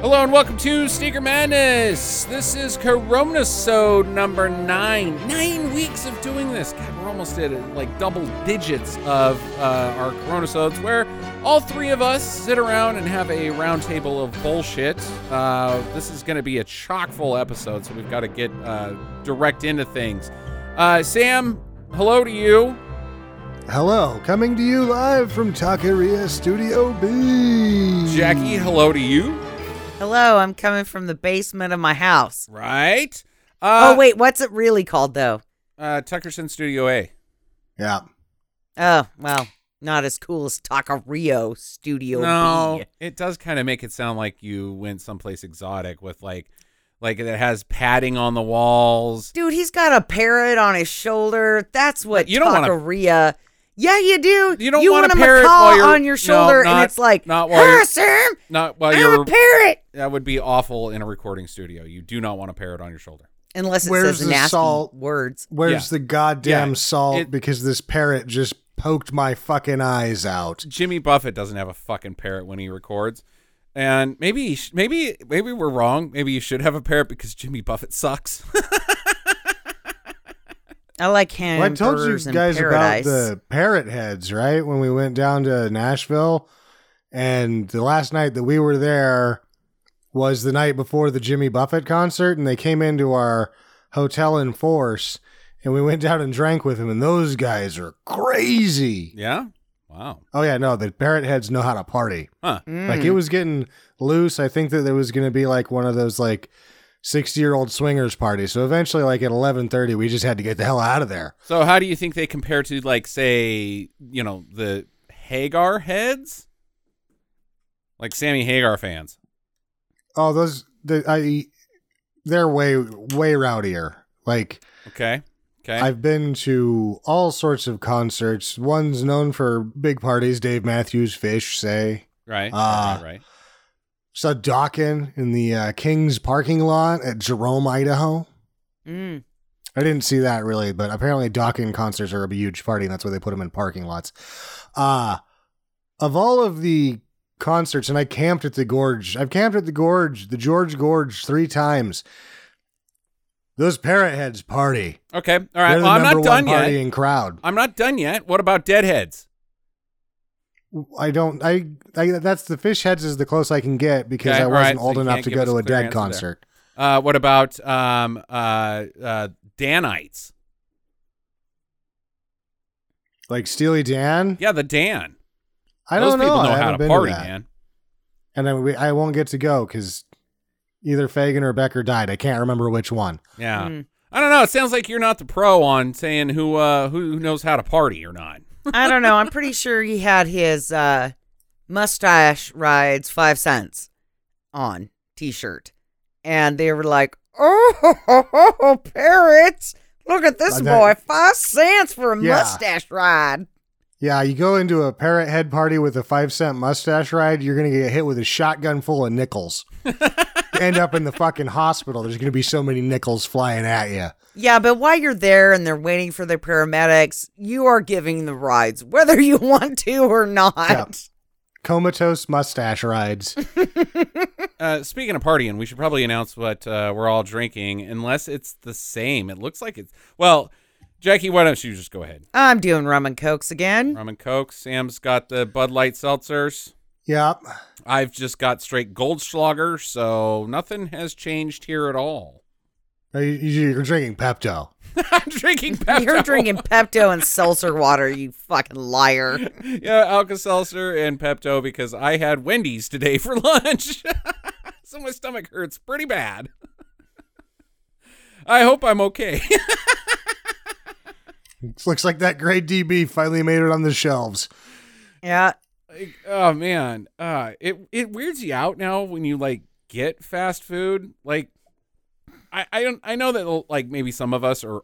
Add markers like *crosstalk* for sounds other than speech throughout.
Hello and welcome to Sneaker Madness. This is Coronasode number nine. Nine weeks of doing this. God, we're almost at like double digits of uh, our Coronasodes, where all three of us sit around and have a roundtable of bullshit. Uh, this is going to be a chock full episode, so we've got to get uh, direct into things. Uh, Sam, hello to you. Hello, coming to you live from Taqueria Studio B. Jackie, hello to you. Hello, I'm coming from the basement of my house. Right? oh wait, what's it really called though? Uh, Tuckerson Studio A. Yeah. Oh well, not as cool as Taka Rio Studio no, B. it does kind of make it sound like you went someplace exotic with like, like it has padding on the walls. Dude, he's got a parrot on his shoulder. That's what You don't wanna- Taqueria- Yeah, you do. You don't you want want a parrot macaw while you're- on your No, shoulder, not- and it's like, not while you're- "Hi, Sam, Not while I'm you're a parrot." that would be awful in a recording studio. You do not want a parrot on your shoulder. Unless it Where's says the nasty salt? words. Where's the goddamn Yeah, salt? it- because this parrot just poked my fucking eyes out. Jimmy Buffett doesn't have a fucking parrot when he records. And maybe, he sh- maybe, maybe we're wrong. Maybe you should have a parrot because Jimmy Buffett sucks. *laughs* I like ham. Well, I told you in guys about paradise. the parrot heads, right? When we went down to Nashville, and the last night that we were there was the night before the Jimmy Buffett concert, and they came into our hotel in force, and we went down and drank with them, and those guys are crazy. yeah. Wow. Oh yeah, no, the parrot heads know how to party. Huh. Like Mm. it was getting loose. I think that there was going to be like one of those like sixty year old swingers parties. So eventually, like at eleven thirty, we just had to get the hell out of there. So how do you think they compare to like say, you know, the Hagar heads? Like Sammy Hagar fans. Oh, those the I they're way way rowdier. Like Okay. Okay. I've been to all sorts of concerts. One's known for big parties. Dave Matthews, Fish, say. right. Ah. right. Right. Saw Dawkin in the uh, King's parking lot at Jerome, Idaho. Mm. I didn't see that really, but apparently Dawkins concerts are a huge party, and that's why they put them in parking lots. Uh of all of the concerts, and I camped at the Gorge. I've camped at the Gorge, the George Gorge, three times. Those parrot heads party. Okay. All right. They're the Well, I'm number not done one yet. partying crowd. I'm not done yet. What about deadheads? I don't. I, I. That's the fish heads is the close I can get because Okay, I all wasn't right, so old you enough can't to give go us to a a clear dead answer there. concert. Uh, what about um, uh, uh, Danites? Like Steely Dan. Yeah, the Dan. I Those don't know. people know I how haven't to been party, that. man. and I, we, I won't get to go because either Fagan or Becker died. I can't remember which one. Yeah. Mm. I don't know. It sounds like you're not the pro on saying who uh, who knows how to party or not. I don't know. I'm pretty sure he had his uh, mustache rides five cents on T-shirt, and they were like, "Oh, ho, ho, ho, ho, *laughs* parrots! Look at this Like that- boy, five cents for a Yeah. mustache ride." Yeah, you go into a parrot head party with a five cent mustache ride, you're gonna get hit with a shotgun full of *laughs* nickels. You End up in the fucking hospital. There's gonna be so many nickels flying at you. Yeah, but while you're there and they're waiting for the paramedics, you are giving the rides whether you *laughs* want to or not. Yeah. Comatose mustache *laughs* rides. Uh, speaking of partying, we should probably announce what uh, we're all drinking, unless it's the same. It looks like it's. Well, Jackie, why don't you just go ahead? I'm doing rum and cokes again. Rum and Coke. Sam's got the Bud Light seltzers. yep. I've just got straight Goldschlager, so nothing has changed here at all. *laughs* You- you- You're drinking Pepto. I'm drinking Pepto. *laughs* You're drinking Pepto and seltzer water, you fucking liar. *laughs* yeah, Alka Seltzer and Pepto because I had Wendy's today for *laughs* lunch. so my stomach hurts pretty bad. *laughs* I hope I'm okay. *laughs* Looks like that grade DB finally made it on the shelves. Yeah, Like, oh man, uh, it it weirds you out now when you like get fast food. Like, I I don't I know that like maybe some of us are.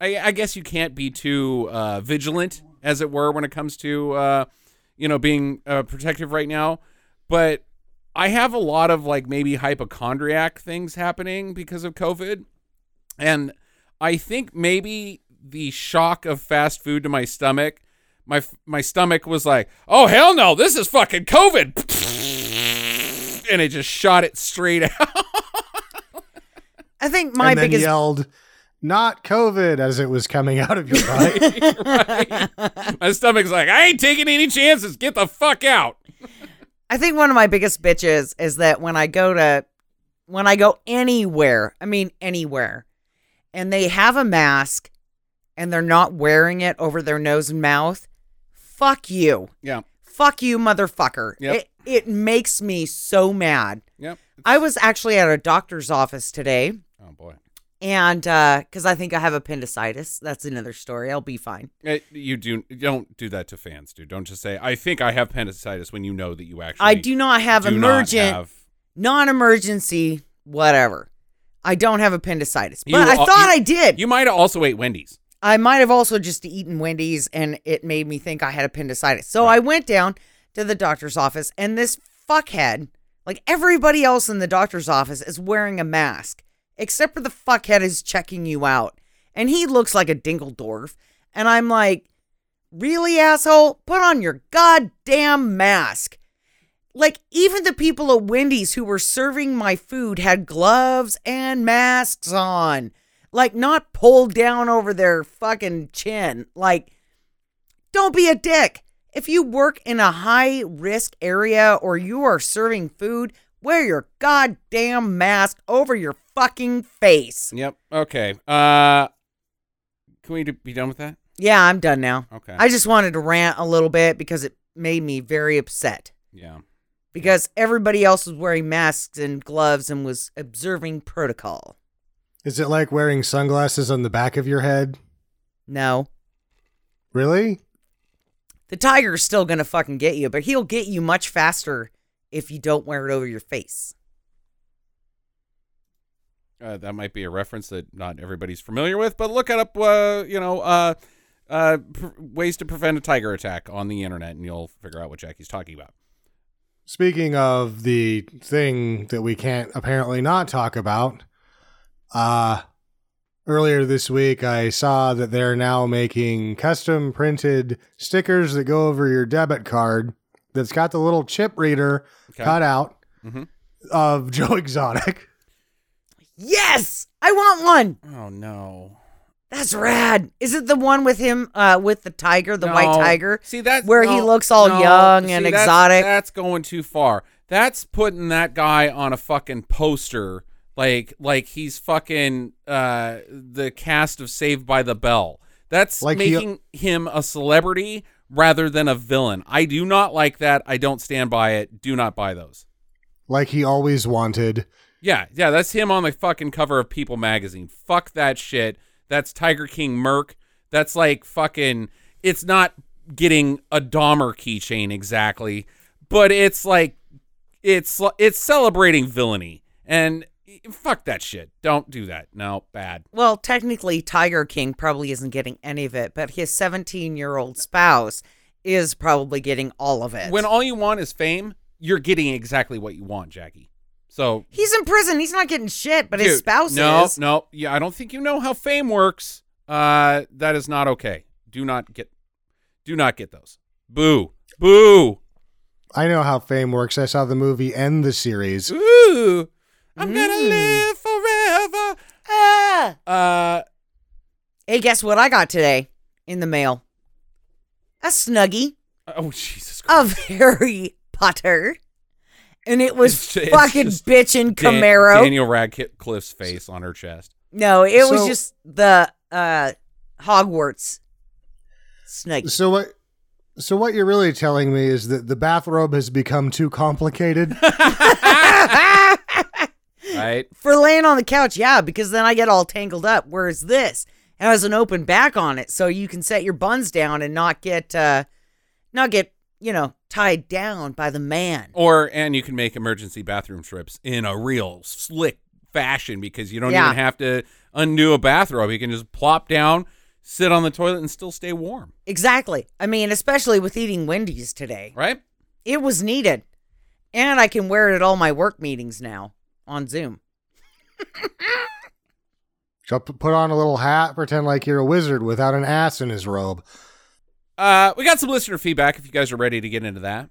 I I guess you can't be too uh, vigilant, as it were, when it comes to uh, you know being uh, protective right now. But I have a lot of like maybe hypochondriac things happening because of COVID, and I think maybe the shock of fast food to my stomach my my stomach was like, "Oh hell no, this is fucking COVID." *laughs* and it just shot it straight *laughs* out. I think my and then biggest yelled, "Not COVID!" as it was coming out of *laughs* your body. Right? My stomach's like, I ain't taking any chances. Get the fuck out. I think one of my biggest bitches is that when I go to when I go anywhere, I mean anywhere, and they have a mask and they're not wearing it over their nose and mouth, fuck you. Yeah. Fuck you, motherfucker. Yep. It it makes me so mad. Yep. I was actually at a doctor's office today Oh boy. and because I think I have appendicitis. That's another story. I'll be fine. Eh, you do don't do that to fans, dude. Don't just say I think I have appendicitis when you know that you actually I do not have do not emergent have- non-emergency, whatever. I don't have appendicitis, but You I al- thought you- I did. You might have also ate Wendy's. I might have also just eaten Wendy's, and it made me think I had appendicitis. So I went down to the doctor's office, and this fuckhead, like everybody else in the doctor's office, is wearing a mask, except for the fuckhead is checking you out, and he looks like a Dinkeldorf. And I'm like, really, asshole? Put on your goddamn mask like even the people at Wendy's who were serving my food had gloves and masks on, like not pulled down over their fucking chin. Like, don't be a dick. If you work in a high risk area or you are serving food, wear your goddamn mask over your fucking face. Yep. Okay. Uh, can we d- be done with that? Yeah, I'm done now. Okay. I just wanted to rant a little bit because it made me very upset. yeah. because everybody else was wearing masks and gloves and was observing protocol. Is it like wearing sunglasses on the back of your head? No. Really? The tiger's still going to fucking get you, but he'll get you much faster if you don't wear it over your face. Uh, that might be a reference that not everybody's familiar with, but look it up. Uh, you know, uh, uh, pr- ways to prevent a tiger attack on the internet, and you'll figure out what Jackie's talking about. Speaking of the thing that we can't apparently not talk about, uh earlier this week I saw that they're now making custom printed stickers that go over your debit card that's got the little chip reader Okay. cut out Mhm. of *laughs* Joe Exotic. Yes! I want one. Oh no! That's rad. Is it the one with him uh with the tiger, the white No. tiger? See that where he looks all young and that's- exotic? That's going too far. That's putting that guy on a fucking poster, like like he's fucking uh, the cast of Saved by the Bell. That's Like he- making him a celebrity rather than a villain. I do not like that. I don't stand by it. Do not buy those. Like he always wanted. Yeah, yeah, that's him on the fucking cover of People magazine. Fuck that shit. That's Tiger King Merc. That's like fucking it's not getting a Dahmer keychain exactly, but it's like it's it's celebrating villainy. And fuck that shit. Don't do that. No, bad. Well, technically Tiger King probably isn't getting any of it, but his 17-year-old spouse is probably getting all of it. When all you want is fame, you're getting exactly what you want, Jackie. So He's in prison. He's not getting shit, but his Dude, spouse no, is. No, yeah, I don't think you know how fame works. Uh, that is not okay. Do not get, do not get those. Boo, boo. I know how fame works. I saw the movie and the series. Ooh, I'm Mm. gonna live forever. Ah! Uh, Hey, guess what I got today in the mail? A snuggie oh Jesus Christ. *laughs* of Harry Potter, and it was It's ju- it's fucking just bitchin' Dan- Camaro. Daniel Radcliffe's face on her chest. no, it was So- just the uh, Hogwarts *laughs* snuggie. *laughs* So what? So what you're really telling me is that the bathrobe has become too *laughs* complicated. Right? For laying on the couch, yeah, because then I get all tangled up. Whereas this has an open back on it, so you can set your buns down and not get, uh, not get, you know, tied down by the man. or and you can make emergency bathroom trips in a real slick fashion because you don't Yeah. even have to undo a bathrobe. You can just plop down, sit on the toilet, and still stay warm. Exactly. I mean, especially with eating Wendy's today, Right? it was needed, and I can wear it at all my work meetings now on Zoom. So p- put on a little hat, pretend like you're a wizard without an ass in his robe. Uh, we got some listener feedback if you guys are ready to get into that.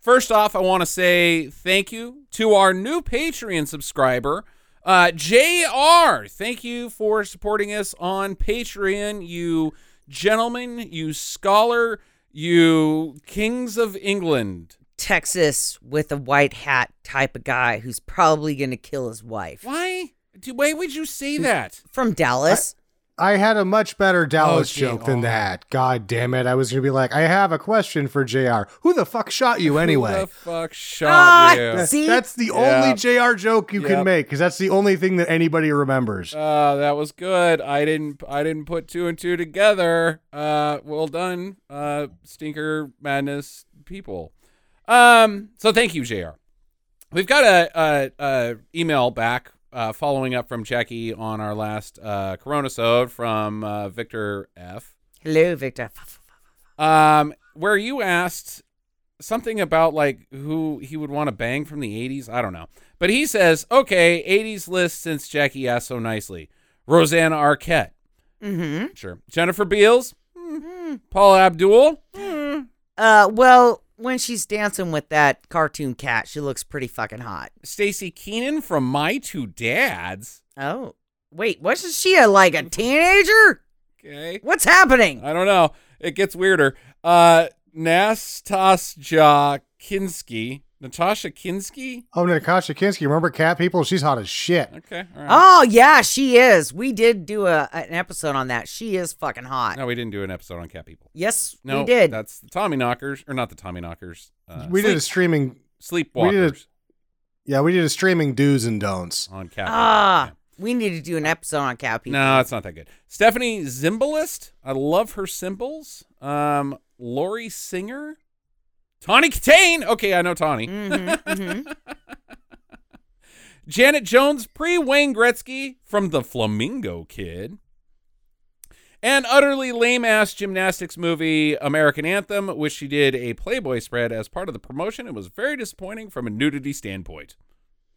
First off, I want to say thank you to our new Patreon subscriber, uh, JR. Thank you for supporting us on Patreon, you gentlemen, you scholar, you kings of England. Texas with a white hat type of guy who's probably going to kill his wife. Why? Do, why would you say that? From Dallas. I had a much better Dallas Oh, gee, joke than oh. that. God damn it. I was going to be like, I have a question for JR. Who the fuck shot you Who anyway? the fuck shot Ah, you? that's- See? That's the Yeah. only JR joke you Yep. can make because that's the only thing that anybody remembers. Uh, that was good. I didn't I didn't put two and two together. Uh, well done, uh, stinker madness people. Um, so thank you, Jr. We've got a, a, a email back uh, following up from Jackie on our last uh, Corona sode from uh, Victor F. Hello, Victor. Um, where you asked something about like who he would want to bang from the 80s. I don't know. But he says, okay, 80s list since Jackie asked so nicely. Rosanna Arquette. Mm-hmm. Sure. Jennifer Beals. Hmm. Paul Abdul. Uh, well, when she's dancing with that cartoon cat, she looks pretty fucking hot. Stacy Keenan from My Two Dads. Oh, wait, wasn't she a, like a teenager? Okay. What's happening? I don't know. It gets weirder. Uh, Nastasja Kinsky. Natasha Kinsky. Oh, Natasha Kinsky, remember Cat People? She's hot as shit. Okay. All right. Oh yeah, she is. We did do a an episode on that. She is fucking hot. No, we didn't do an episode on cat people. Yes, No, we did. That's the Tommy Knockers, or not the Tommy Knockers. Uh, we did a sleep, streaming. we did a- sleepwalkers Yeah, we did a streaming do's and don'ts. on cat. Ah, People. we need to do an episode on cat people. No, it's not that good. Stephanie Zimbalist, I love her symbols. Um, Lori Singer, Tawny Katane. Okay, I know Tawny. Mhm, mhm. Janet Jones, pre Wayne Gretzky from the Flamingo Kid. An utterly lame ass gymnastics movie, American Anthem, which she did a Playboy spread as part of the promotion. It was very disappointing from a nudity standpoint.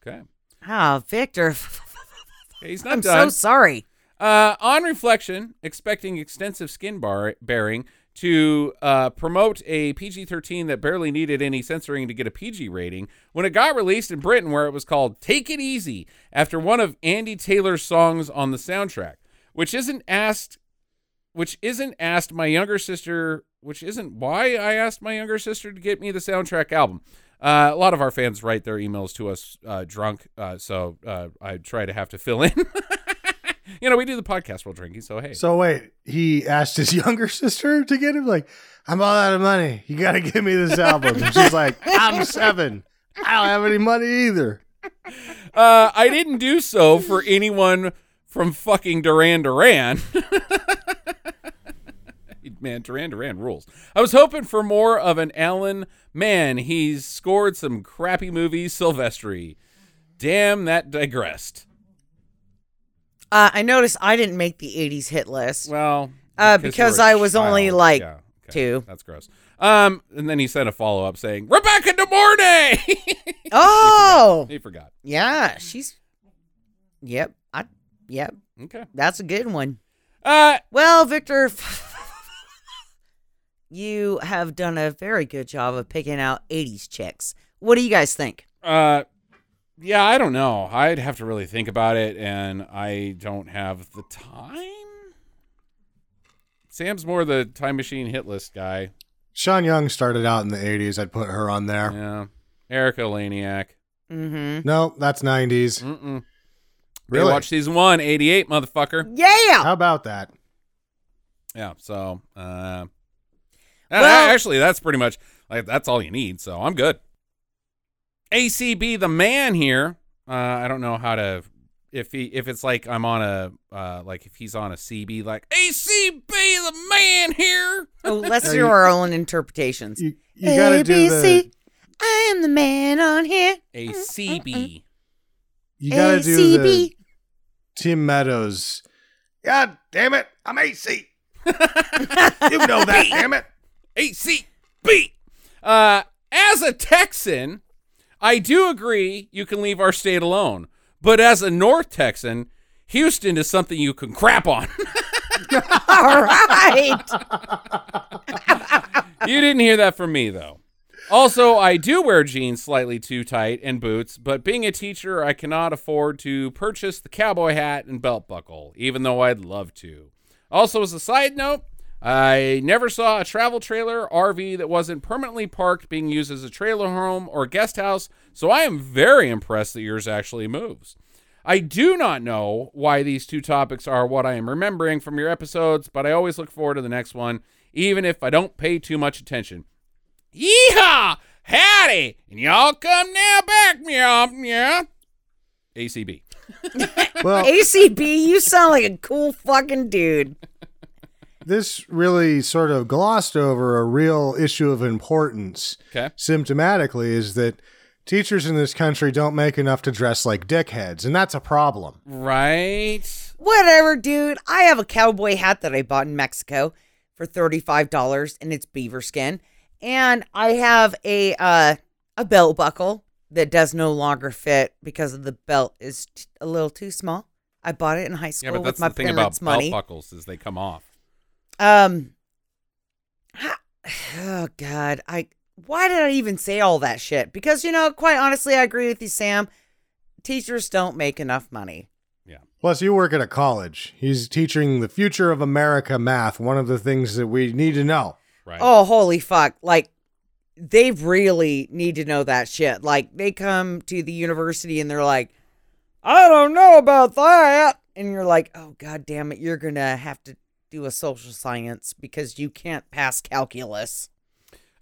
Okay. Oh, Victor, *laughs* Okay, He's not I'm so done. sorry. uh, on reflection, expecting extensive skin bar- bearing to uh, promote a PG 13 that barely needed any censoring to get a PG rating, when it got released in Britain, where it was called Take It Easy, after one of Andy Taylor's songs on the soundtrack, which isn't asked. Which isn't asked my younger sister, which isn't why I asked my younger sister to get me the soundtrack album. Uh, a lot of our fans write their emails to us uh, drunk, uh, so uh, I try to have to fill in. *laughs* you know, we do the podcast while drinking, so hey. So wait, he asked his *laughs* younger sister to get him. Like, I'm all out of money. You got to give me this album. And she's like, I'm seven. I don't have any money either. Uh, I didn't do so for anyone from fucking Duran Duran. *laughs* Man, Duran Duran rules. I was hoping for more of an Alan. Man, he's scored some crappy movies, Silvestri. Damn, that digressed. Uh, I noticed I didn't make the '80s hit list. Well, Uh, you're because a I was only, child. like, Yeah, okay. two. That's gross. Um, and then he sent a follow up saying, "Rebecca De Mornay." *laughs* oh, he forgot. yeah, she's. Yep, I. Yep, Okay. that's a good one. Uh, Well, Victor, *laughs* you have done a very good job of picking out 80s chicks. What do you guys think? Uh, yeah, I don't know. I'd have to really think about it, and I don't have the time. Sam's more the time machine hit list guy. Sean Young started out in the 80s. I'd put her on there. Yeah, Erica Laniak. Mm No, that's 90s. Mm-mm. Really? Mm-hmm. Watch season one, 88, motherfucker. hmm. Yeah. *laughs* How about that? Yeah. So, uh, Well- a- actually, that's pretty much like that's all you need. So I'm good. ACB the man here. Uh, I don't know how to if he if it's like I'm on a uh, like if he's on a CB like ACB the man here. Oh, let's Are do you- our own interpretations. You, you got to do the. ABC, I am the man on here. ACB. You got to do the ACB. Tim Meadows. God damn it. I'm AC. you know that, damn it. ACB. Uh, as a Texan, I do agree you can leave our state alone. But as a North Texan, Houston is something you can crap on. *laughs* *laughs* All right. you didn't hear that from me, though. Also, I do wear jeans slightly too tight and boots, but being a teacher, I cannot afford to purchase the cowboy hat and belt buckle, even though I'd love to. Also, as a side note, I never saw a travel trailer RV that wasn't permanently parked being used as a trailer home or guest house, so I am very impressed that yours actually moves. I do not know why these two topics are what I am remembering from your episodes, but I always look forward to the next one, even if I don't pay too much attention. Yeehaw! Howdy! And y'all come now back me up, yeah? ACB. Well, ACB, you sound like a cool fucking dude. this really sort of glossed over a real issue of importance Okay. symptomatically is that teachers in this country don't make enough to dress like dickheads, and that's a problem. Right? Whatever, dude. I have a cowboy hat that I bought in Mexico for $35 and it's beaver skin. And I have a uh a belt buckle that does no longer fit because of the belt is t- a little too small. I bought it in high Yeah, school but Oh, with that's my the thing about parents' money. belt buckles is they come off. Um. ha- Oh God, I why did I even say all that shit? Because you know, quite honestly, I agree with you, Sam. Teachers don't make enough money. Plus, you work at a college. He's teaching the future of America math, one of the things that we need to know. Right. Oh, holy fuck! Like they really need to know that shit. Like they come to the university and they're like, I don't know about that, and you're like, oh god damn it, you're gonna have to do a social science because you can't pass calculus.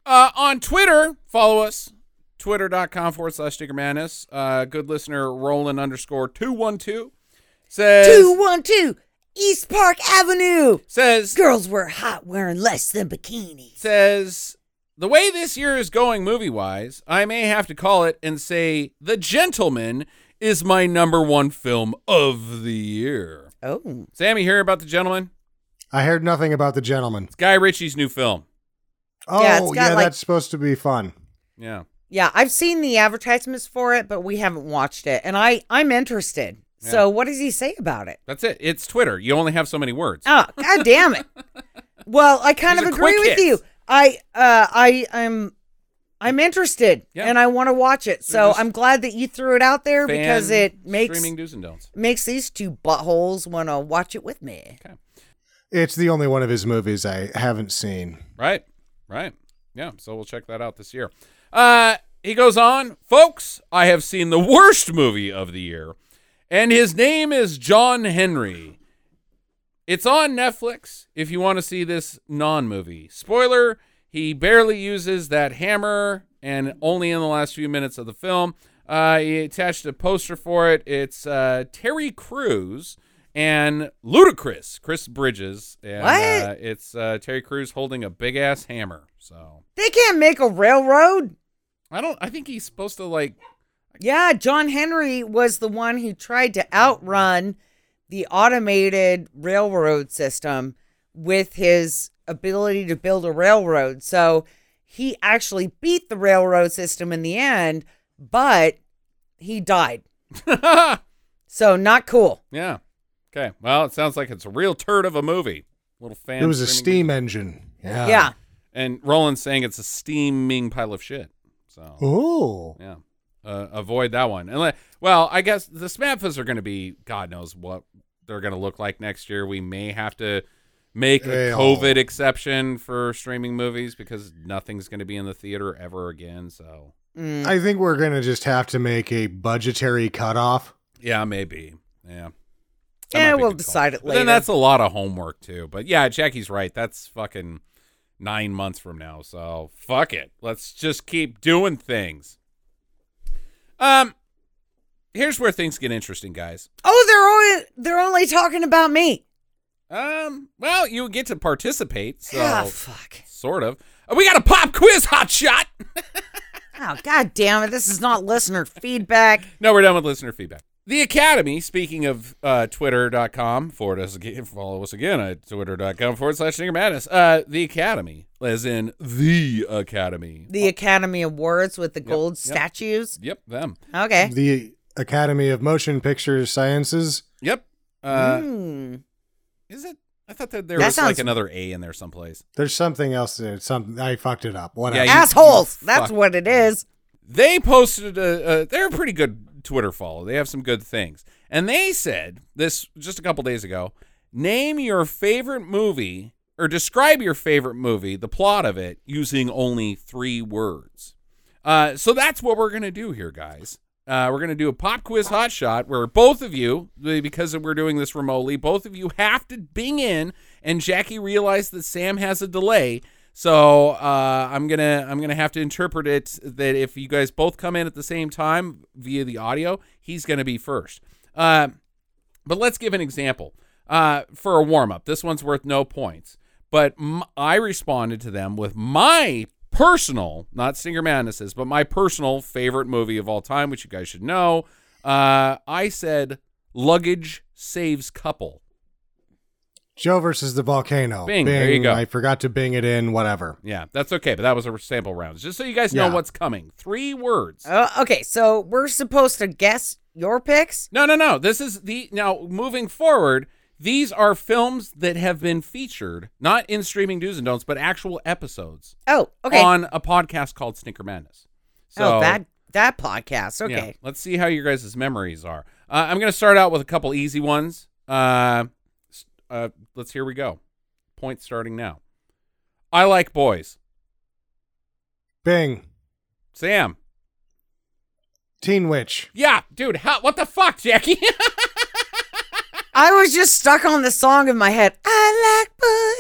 Uh, on Twitter, follow us. Twitter.com forward slash sticker madness. Uh, good listener, Roland underscore 212 says, Two one two East Park Avenue. says, Girls were hot wearing less than bikinis. says, the way this year is going movie wise, I may have to call it and say, The Gentleman is my number one film of the year. Oh. Sammy, hear about The Gentleman? I heard nothing about the gentleman. It's Guy Ritchie's new film. Oh, Yeah, yeah, it's got, like- that's supposed to be fun. Yeah. Yeah, I've seen the advertisements for it, but we haven't watched it. And I, I'm interested. Yeah. So what does he say *laughs* about it? That's it. It's Twitter. You only have so many words. Oh, god damn it. Well, I kind These of are agree quick with hits. you. I uh I am I'm interested Yeah. and I want to watch it. They're So just I'm glad that you threw it out there because Fan it makes streaming do's and don'ts. makes these two buttholes want to watch it with me. It's the only one of his movies I haven't seen. Right. Right. Yeah. So we'll check that out this year. Uh, he goes on, folks, I have seen the worst movie of the year, and his name is John Henry. It's on Netflix if you want to see this non movie. Spoiler, he barely uses that hammer and only in the last few minutes of the film. Uh, he attached a poster for it. It's uh, Terry Crews and Ludacris, Chris Bridges. And, What? Uh, it's uh, Terry Crews holding a big ass hammer. So They can't make a railroad. I don't, I think he's supposed to like, *laughs* Yeah, John Henry was the one who tried to outrun the automated railroad system with his ability to build a railroad. So he actually beat the railroad system in the end, but he died. So not cool. yeah. Okay. Well, it sounds like it's a real turd of a movie. Little fan. it was a streaming- steam engine. Ah. Yeah. yeah. And Roland's saying it's a steaming pile of shit. So Oh. Ooh. yeah, uh, avoid that one. Unless, well, I guess the Smabfas are going to be God knows what they're going to look like next year. We may have to make a Well. COVID exception for streaming movies because nothing's going to be in the theater ever again. So Mm. I think we're going to just have to make a budgetary cutoff. yeah, maybe yeah. That Yeah, might be a we'll good call. decide it But then later. that's a lot of homework too. But yeah, Jackie's right. That's fucking nine months from now. So fuck it. Let's just keep doing things. Um, here's where things get interesting, guys. oh, they're only they're only talking about me. Um, well, you get to participate, so Ah, fuck. sort of. Uh, We got a pop quiz, hot shot. Oh, god damn it. This is not listener feedback. No, we're done with listener feedback. The Academy, speaking of uh, Twitter.com, forward us again, follow us again at Twitter.com forward slash Snicker Madness. Uh, the Academy, as in the Academy. The Academy Awards with the gold Oh. yep. statues. Yep, them. Okay. The Academy of Motion Picture Sciences. Yep. Uh, Mm. Is it? I thought that there That was like sounds- another A in there someplace. There's something else. There. Some I fucked it up. Whatever. Yeah, you- Assholes. you That's fuck. what it is. They posted a, a they're a pretty good Twitter follow. They have some good things. And they said this just a couple days ago, name your favorite movie or describe your favorite movie, the plot of it using only 3 words. Uh, so that's what we're going to do here, guys. Uh, we're going to do a pop quiz hot shot where both of you, because we're doing this remotely, both of you have to bing in, and Jackie realized that Sam has a delay. So uh, I'm gonna I'm gonna have to interpret it that if you guys both come in at the same time via the audio, he's gonna be first. Uh, but let's give an example uh, for a warm up. This one's worth no points. But m- I responded to them with my personal, not Singer Madness's, but my personal favorite movie of all time, which you guys should know. Uh, I said, Luggage Saves Couple. Joe versus the volcano. Bing, there you go. I forgot to bing it in. Whatever. Yeah, that's okay, but that was a sample round. Just so you guys know Yeah. what's coming. Three words. Uh, okay, so we're supposed to guess your picks. No, no, no. This is the now moving forward. These are films that have been featured, not in streaming do's and don'ts, but actual episodes Oh, okay. on a podcast called Snicker Madness. So, oh, that that podcast. yeah, Okay. let's see how your guys' memories are. Uh, I'm going to start out with a couple easy ones. Uh, s- uh, let's here we go. Point starting now. I like boys. Bing. Sam. Teen Witch. Yeah, dude. How, what the fuck, Jackie? *laughs* I was just stuck on the song in my head. I like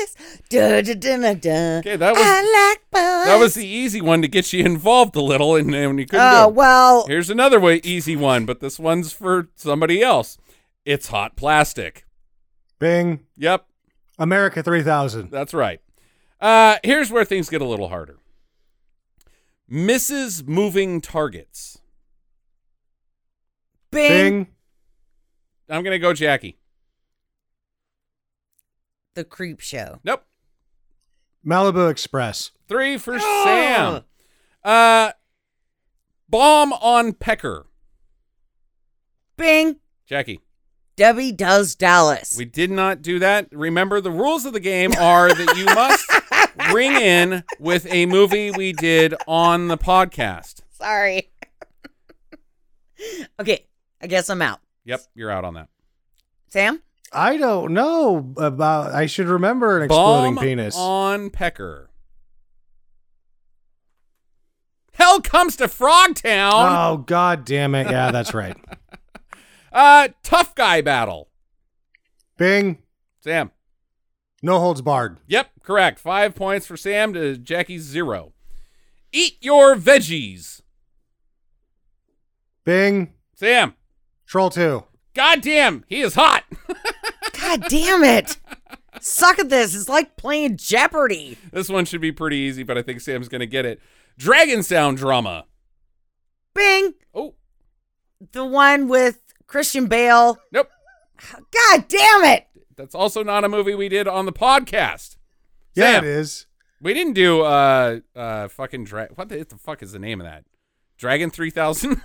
boys. Da, da, da, da, da. Okay, that was- I like boys. that was the easy one to get you involved a little, and, and you couldn't. Oh do it. well. Here's another way easy one, but this one's for somebody else. It's hot plastic. Bing. Yep, America 3000. that's right. Uh, here's where things get a little harder. Mrs. Moving Targets. Bing. Bing. I'm gonna go Jackie. The creep show. Nope. Malibu Express. Three for Ah. Sam. Uh, bomb on Pecker. Bing. Jackie. Debbie does Dallas. We did not do that. Remember, the rules of the game are that you must ring in with a movie we did on the podcast. Sorry. *laughs* okay, I guess I'm out. Yep, you're out on that. Sam. I don't know about. I should remember an exploding Bomb penis. on Pecker. Hell comes to Frogtown. Oh god damn it! Yeah, *laughs* that's right. Uh, tough guy battle. Bing. Sam. No holds barred. Yep, correct. Five points for Sam to Jackie's zero. Eat your veggies, Bing. Sam. Troll two. Goddamn, he is hot. *laughs* God damn it! Suck at this. It's like playing Jeopardy. this one should be pretty easy, but I think Sam's gonna get it. Dragon sound drama. Bing. Oh, The one with Christian Bale. nope. God damn it! That's also not a movie we did on the podcast. Yeah, Sam. it is. We didn't do uh uh fucking dra- what the, the fuck is the name of that? Dragon 3000.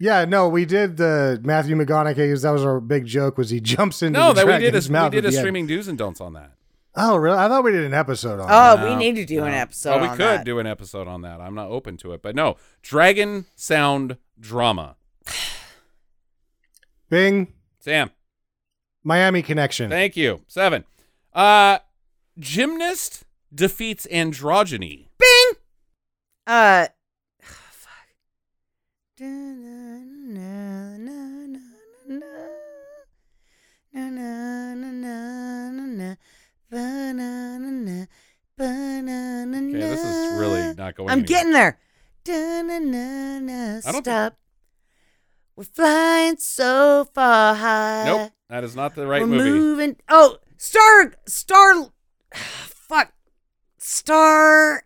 Yeah, no, we did the Matthew McConaughey. 'cause That was our big joke. Was he jumps into no, *laughs* the that we did dragon's a we mouth did at a the end. streaming do's and don'ts on that. Oh, really? I thought we did an episode on. that. Oh, No, we need to do an no. episode. Well, we on could that. do an episode on that. I'm not open to it, but no, Dragon Sound Drama. Bing. Sam, Miami Connection. thank you. Seven. Uh, gymnast defeats androgyny. Bing. Uh. fuck. Okay, this is really not going. I'm anywhere. getting there. Da-na-na-na, I don't Stop. We're flying so far high. Nope, that is not the right We're movie. moving. Oh, Star. Star. *sighs* Fuck. Star.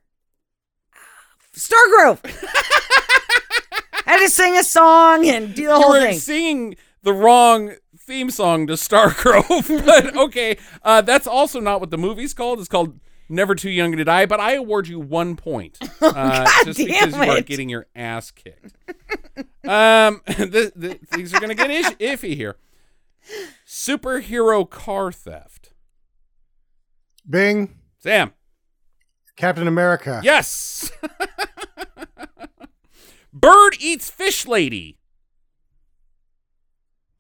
Star *laughs* Grove. I had to sing a song and do the you whole were thing. singing the wrong theme song to Stargrove, *laughs* but okay, uh, that's also not what the movie's called. It's called Never Too Young to Die. But I award you one *laughs* point uh, just because Oh, damn you are it. getting your ass kicked. um, *laughs* the, the, things are gonna get ish, iffy here. Superhero car theft. Bing, Sam. Captain America. Yes. *laughs* Bird eats fish lady.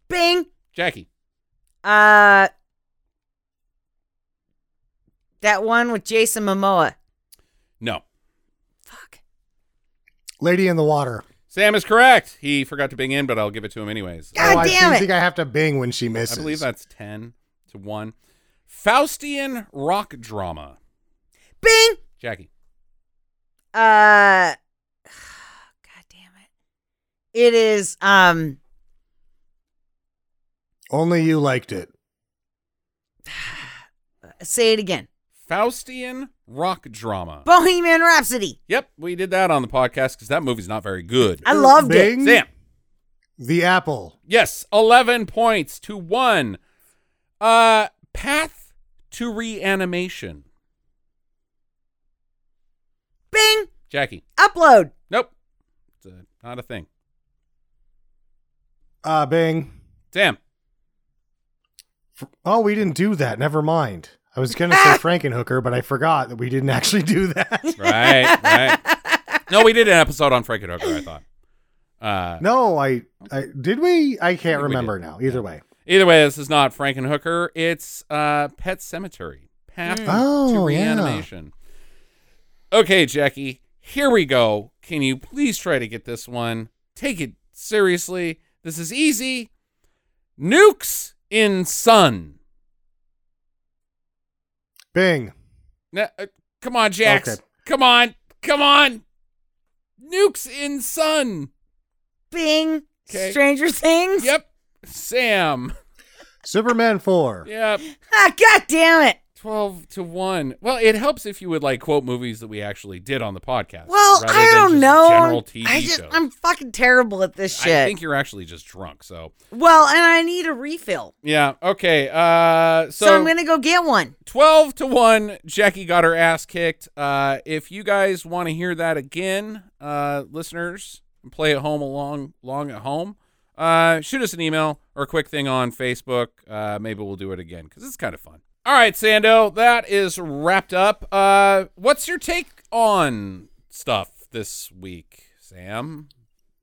Bing. Jackie. Uh, that one with Jason Momoa. No. Fuck. Lady in the Water. Sam is correct. He forgot to bing in, but I'll give it to him anyways. Oh, God I damn do it. think I have to Bing when she misses. I believe that's 10 to 1. Faustian rock drama. Bing. Jackie. Uh, *sighs* God damn it. It is um. Only you liked it. Say it again. Faustian rock drama. Bohemian Rhapsody. Yep, we did that on the podcast because that movie's not very good. I loved it. Bing, Sam. The Apple. Yes, 11 points to 1. Uh Path to Reanimation. Bing. Jackie. Upload. Nope. It's a, not a thing. Uh, Bing. Sam. Oh, we didn't do that. Never mind. I was going to *laughs* say Frankenhooker, but I forgot that we didn't *laughs* actually do that. *laughs* Right, right. No, we did an episode on Frank and Hooker, I thought. Uh No, I, I did we? I I think can't we remember did. now. Either way. Either way, this is not Frank and Hooker. It's uh, Pet Cemetery. Path to Oh, yeah. reanimation. Okay, Jackie, here we go. Can you please try to get this one? Take it seriously. This is easy. Nukes in sun. Bing. Na- uh, come on, Jax. Okay. Come on. Come on. Nukes in sun. Bing. 'Kay. Stranger Things. Yep. Sam. Superman 4. Yep. *laughs* Ah, God damn it. 12 to 1. Well, it helps if you would like quote movies that we actually did on the podcast. Well, rather I than just don't know. General TV I just shows. I'm fucking terrible at this shit. I think you're actually just drunk. So, well, and I need a refill. yeah. Okay. Uh, so, So, I'm gonna go get one. 12 to 1. Jackie got her ass kicked. Uh, if you guys want to hear that again, uh, listeners, and play at home along, long at home, uh, shoot us an email or a quick thing on Facebook. Uh, maybe we'll do it again because it's kind of fun. All right, Sando, that is wrapped up. Uh, what's your take on stuff this week, Sam?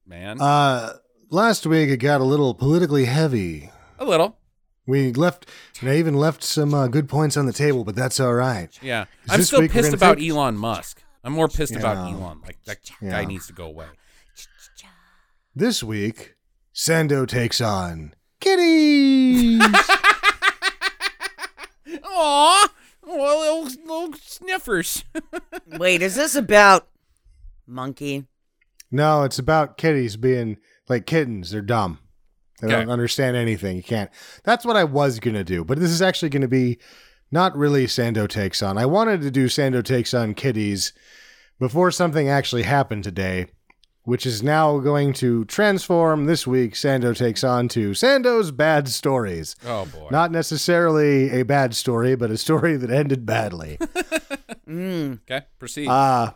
Man, Uh, last week it got a little politically heavy. a little. We left, and I even left some uh, good points on the table, but that's all right. Yeah, Is I'm this still week we're pissed gonna about take- Elon Musk. I'm more pissed about Yeah. Elon. Like that guy Yeah. needs to go away. This week, Sando takes on kitties. Aw, well, little, little sniffers. Wait, is this about monkey? no, it's about kitties being like kittens. They're dumb. They Okay. don't understand anything. You can't. That's what I was gonna do, but this is actually gonna be not really Sando takes on. I wanted to do Sando takes on kitties before something actually happened today, which is now going to transform this week. Sando takes on to Sando's bad stories. Oh boy. Not necessarily a bad story, but a story that ended badly. Mm. okay, proceed. Uh,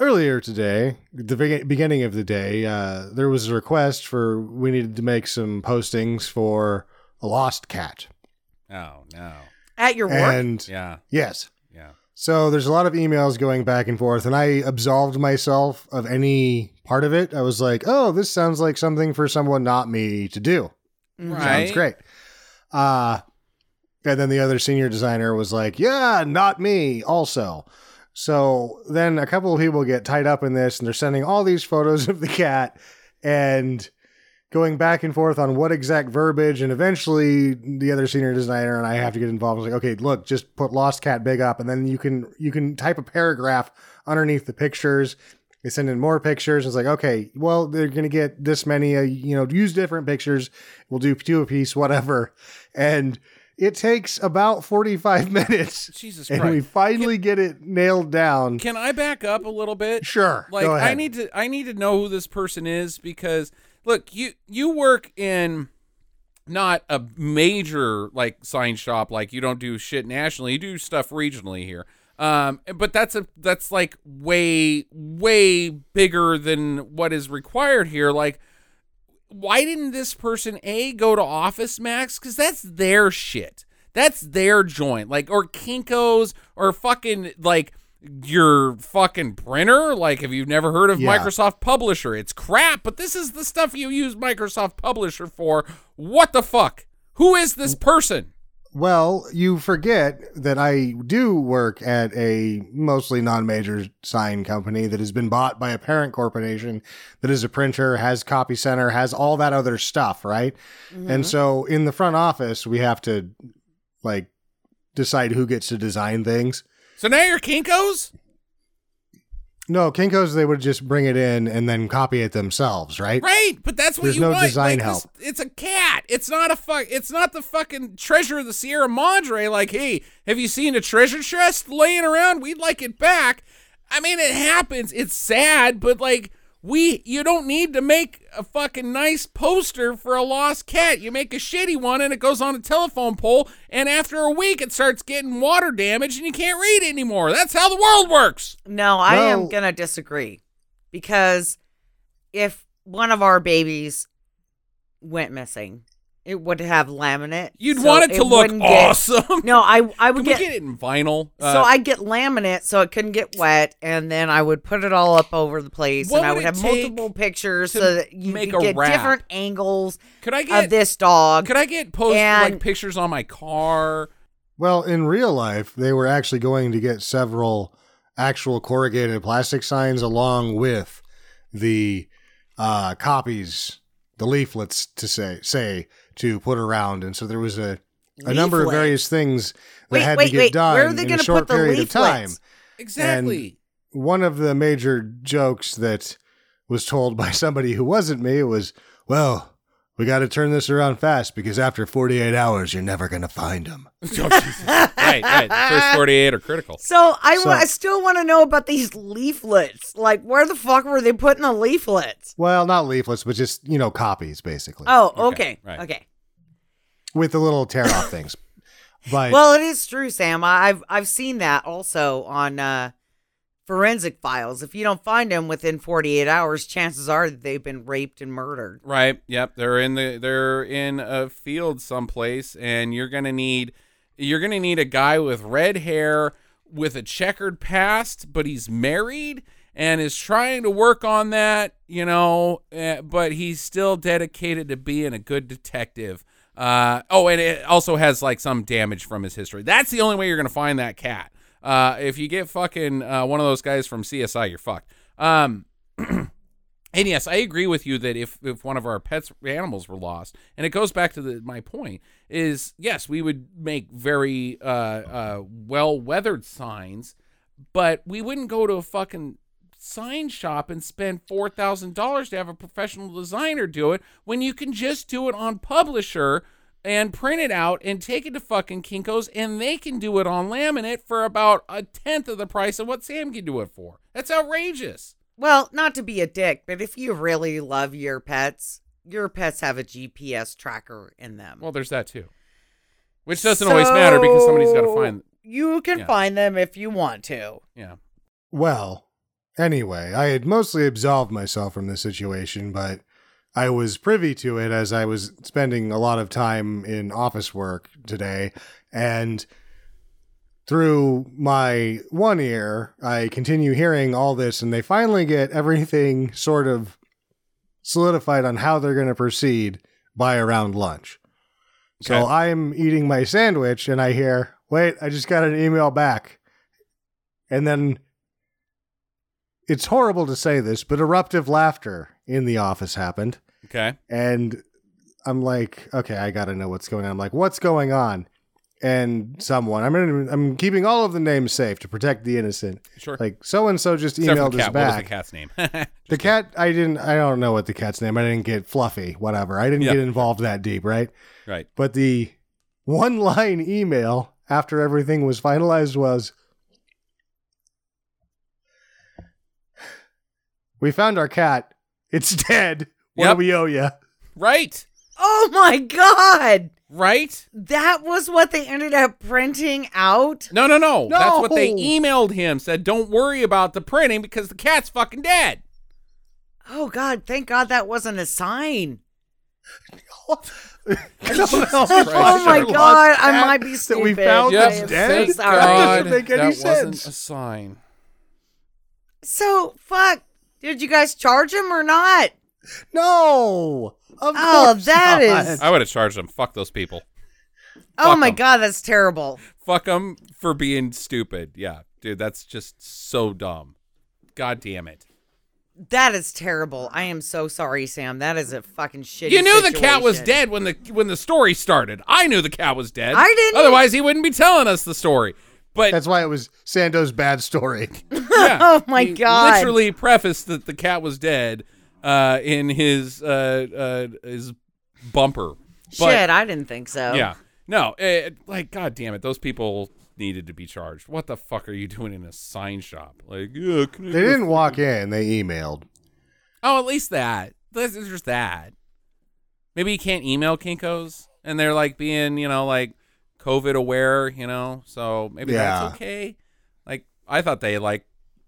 earlier today, the be- beginning of the day, uh, there was a request for we needed to make some postings for a lost cat. oh no. At your work. And Yeah, yes. yeah. So there's a lot of emails going back and forth, and I absolved myself of any part of it. I was like, oh, this sounds like something for someone not me to do. Mhm. Right. Sounds great. Uh and then the other senior designer was like, "Yeah, not me also." So then a couple of people get tied up in this and they're sending all these photos of the cat and going back and forth on what exact verbiage and eventually the other senior designer and I have to get involved. I was like, "Okay, look, just put lost cat big up and then you can you can type a paragraph underneath the pictures." They send in more pictures. It's like, "Okay, well, they're going to get this many, uh, you know, use different pictures we'll do two a piece, whatever. And it takes about 45 *laughs* minutes. Jesus And we Christ. finally get it nailed down. Can I back up a little bit? Sure. Like go ahead. I need to I need to know who this person is because look, you you work in not a major like sign shop like you don't do shit nationally, you do stuff regionally here. Um but that's a that's like way way bigger than what is required here like why didn't this person a go to office max cuz that's their shit That's their joint. Like or Kinkos or fucking like your fucking printer. Like if you've never heard of Yeah. Microsoft Publisher, it's crap, but this is the stuff you use Microsoft Publisher for. What the fuck? Who is this person? Well, you forget that I do work at a mostly non-major sign company that has been bought by a parent corporation that is a printer, has copy center, has all that other stuff, right? And so in the front office, we have to like decide who gets to design things. So now you're Kinkos? No, Kinko's they would just bring it in and then copy it themselves, right? Right, but that's what There's you no want. design Like, this- help. it's a cat. It's not a fuck. It's not the fucking treasure of the Sierra Madre. Like, hey, have you seen a treasure chest laying around? We'd like it back. I mean, it happens. It's sad, but like, we you don't need to make a fucking nice poster for a lost cat. You make a shitty one, and it goes on a telephone pole. And after a week, it starts getting water damage, and you can't read it anymore. That's how the world works. No, I am Well- going to disagree because if one of our babies went missing, it would have laminate. You'd so want it to look wouldn't get- *laughs* awesome. no, I I would Can get, we get it in vinyl? so Uh, I get laminate so it couldn't get wet, and then I would put it all up over the place, What and I would would it have take multiple pictures to so that you make could a get wrap? different angles could I get of this dog. Could I get post like And- pictures on my car? Well, in real life, they were actually going to get several actual corrugated plastic signs along with the uh, copies, the leaflets to say say to put around, and so there was a a number of Leaflet. various things that Wait, had wait, to get wait. done Where are they in going a to short put the period leaflets? of time. *laughs* Exactly. One of the major jokes that was told by somebody who wasn't me was, "Well, we got to turn this around fast because after 48 hours, you're never going to find them." Oh, Jesus. *laughs* right, right. The first 48 are critical. So I, So- wa- I still want to know about these leaflets. Like, where the fuck were they putting the leaflets? Well, not leaflets, but just you know copies, basically. Oh, Okay, okay, okay. right. with the little tear off things. *laughs* But Well, it is true, Sam. I- I've I've seen that also on uh, forensic files. If you don't find them within 48 hours, chances are that they've been raped and murdered. Right. Yep. They're in the they're in a field someplace and you're going to need you're going to need a guy with red hair with a checkered past, but he's married and is trying to work on that, you know, eh, but he's still dedicated to being a good detective. Uh, oh, and it also has like some damage from his history. That's the only way you're going to find that cat. Uh, if you get fucking uh, one of those guys from CSI, you're fucked. Um, and yes, I agree with you that if, if one of our pets animals were lost, and it goes back to the, my point is yes, we would make very uh, uh, well weathered signs, but we wouldn't go to a fucking sign shop and spend four thousand dollars to have a professional designer do it when you can just do it on Publisher and print it out and take it to fucking Kinkos and they can do it on laminate for about a tenth of the price of what Sam can do it for. That's outrageous. Well, not to be a dick, but if you really love your pets, your pets have a GPS tracker in them. Well, there's that too, which doesn't always matter because somebody's got to So, find. You can Yeah. find them if you want to. Yeah, well, anyway, I had mostly absolved myself from this situation, but I was privy to it as I was spending a lot of time in office work today, and through my one ear, I continue hearing all this, and they finally get everything sort of solidified on how they're going to proceed by around lunch. So Okay. I'm eating my sandwich, and I hear, wait, I just got an email back. And then it's horrible to say this, but eruptive laughter in the office happened. okay, And I'm like, okay, I gotta know what's going on. I'm like, what's going on? And someone, I'm in, I'm keeping all of the names safe to protect the innocent. sure. Like so and so just Except for emailed the us cat. What was the back. cat's name? *laughs* The cat, I didn't, I don't know what the cat's name. I didn't get fluffy, whatever. I didn't Yeah. get involved that deep, right? right. But the one line email after everything was finalized was We found our cat. It's dead. What Yep. do we owe you? Right. Oh my god! Right. That was what they ended up printing out. No, no, no, No! That's what they emailed him. Said, "Don't worry about the printing because the cat's fucking dead." Oh god, thank god that wasn't a sign. I *laughs* don't know. Oh my Lost god, I cat might be that stupid. we found I Yep. that's am dead. So Thank sorry. That God doesn't make any that wasn't sense. a sign. So fuck. Did you guys charge him or not? No. Of Oh, course that not. is- I would have charged them. Fuck those people. Oh Fuck my 'em. god, that's terrible. Fuck them for being stupid. Yeah, dude, that's just so dumb. God damn it. That is terrible. I am so sorry, Sam. That is a fucking shitty. you knew the cat was situation. dead when the when the story started. I knew the cat was dead. I didn't. e- Otherwise, he wouldn't be telling us the story. *laughs* But That's why it was Sando's bad story. yeah, Oh my he God. Literally prefaced that the cat was dead uh, in his uh, uh, his bumper. But, Shit, I didn't think so. Yeah. No. It, like, god damn it, those people needed to be charged. What the fuck are you doing in a sign shop? Like, yeah, can I They didn't walk in, they emailed. Oh, at least that. This is just that. Maybe you can't email Kinkos, and they're like being, you know, like COVID aware, you know. So maybe Yeah. that's okay. Like I thought they like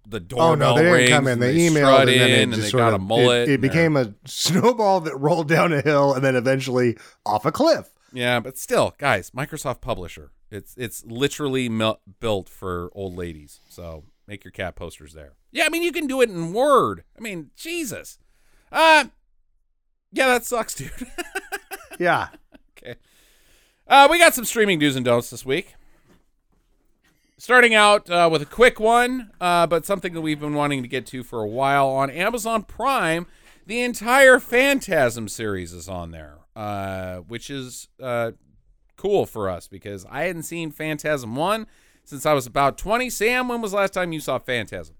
the Oh doorbell no, they didn't rings come in. and They, emailed strut and then in it and just they sort got of, a mullet. It, it and they're- became a snowball that rolled down a hill and then eventually off a cliff. yeah, but still, guys, Microsoft Publisher. It's it's literally mel- built for old ladies. So make your cat posters there. Yeah, I mean you can do it in Word. I mean Jesus. Uh, yeah, that sucks, *laughs* dude. Yeah. Okay. Uh, we got some streaming do's and don'ts this week. Starting out uh, with a quick one, uh, but something that we've been wanting to get to for a while on Amazon Prime. The entire Phantasm series is on there, uh, which is uh, cool for us because I hadn't seen Phantasm 1 since I was about 20. Sam, when was the last time you saw Phantasm?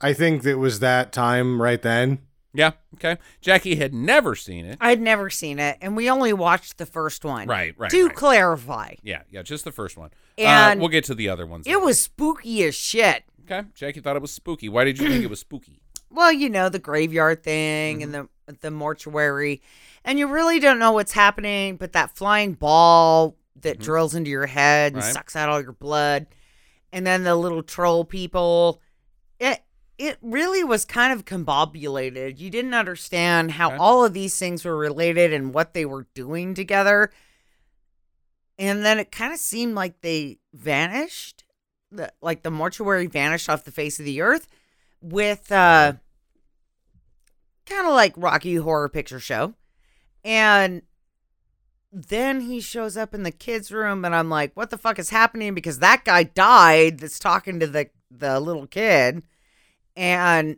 I think it was that time right then. Yeah, okay. Jackie had never seen it. I'd never seen it, and we only watched the first one. Right, right, To right. clarify, Yeah, yeah, just the first one. uh, And- we'll get to the other ones. it was spooky as shit. Okay. Jackie thought it was spooky. Why did you think it was spooky? Well, you know the graveyard thing Mm-hmm. and the the mortuary, and you really don't know what's happening. But that flying ball that drills into your head and Mm-hmm. Right. sucks out all your blood, and then the little troll people. It it really was kind of combobulated. You didn't understand how Okay. all of these things were related and what they were doing together. And then it kind of seemed like they vanished, the, like the mortuary vanished off the face of the earth with uh kind of like Rocky Horror Picture Show. And then he shows up in the kids' room and I'm like, "What the fuck is happening?" because that guy died that's talking to the the little kid and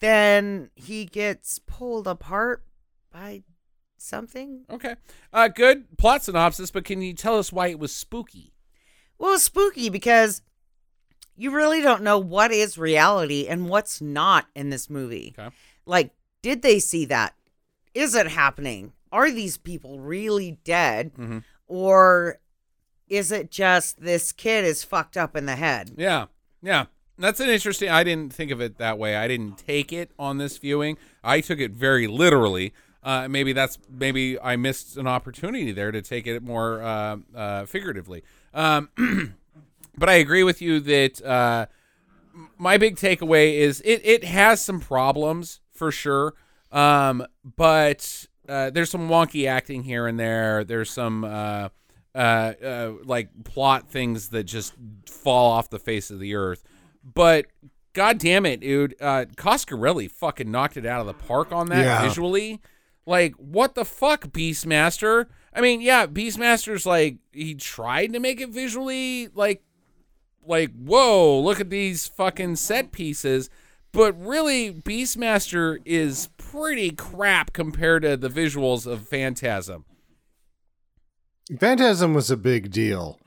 then he gets pulled apart by something Okay. Uh, good plot synopsis, but can you tell us why it was spooky? Well, it's spooky because you really don't know what is reality and what's not in this movie. Okay. Like, did they see that? Is it happening? Are these people really dead? Mhm. Or is it just this kid is fucked up in the head? Yeah. Yeah. That's an interesting. I didn't think of it that way. I didn't take it on this viewing. I took it very literally. Uh, maybe that's maybe I missed an opportunity there to take it more uh, uh, figuratively. Um, but I agree with you that uh, m- my big takeaway is it it has some problems for sure. Um, but uh, there's some wonky acting here and there. There's some uh, uh, uh, like plot things that just fall off the face of the earth. But god damn it, dude, uh, Coscarelli fucking knocked it out of the park on that Yeah. visually. Like, what the fuck, Beastmaster? I mean, yeah, Beastmaster's like he tried to make it visually like like, whoa, look at these fucking set pieces. But really, Beastmaster is pretty crap compared to the visuals of Phantasm. Phantasm was a big deal.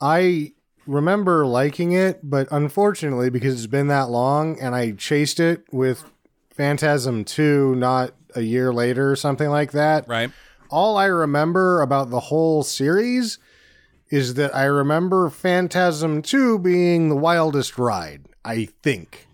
I remember liking it, but unfortunately, because it's been that long and I chased it with Phantasm 2 not a year later or something like that, Right? all I remember about the whole series is that I remember Phantasm 2 being the wildest ride, I think.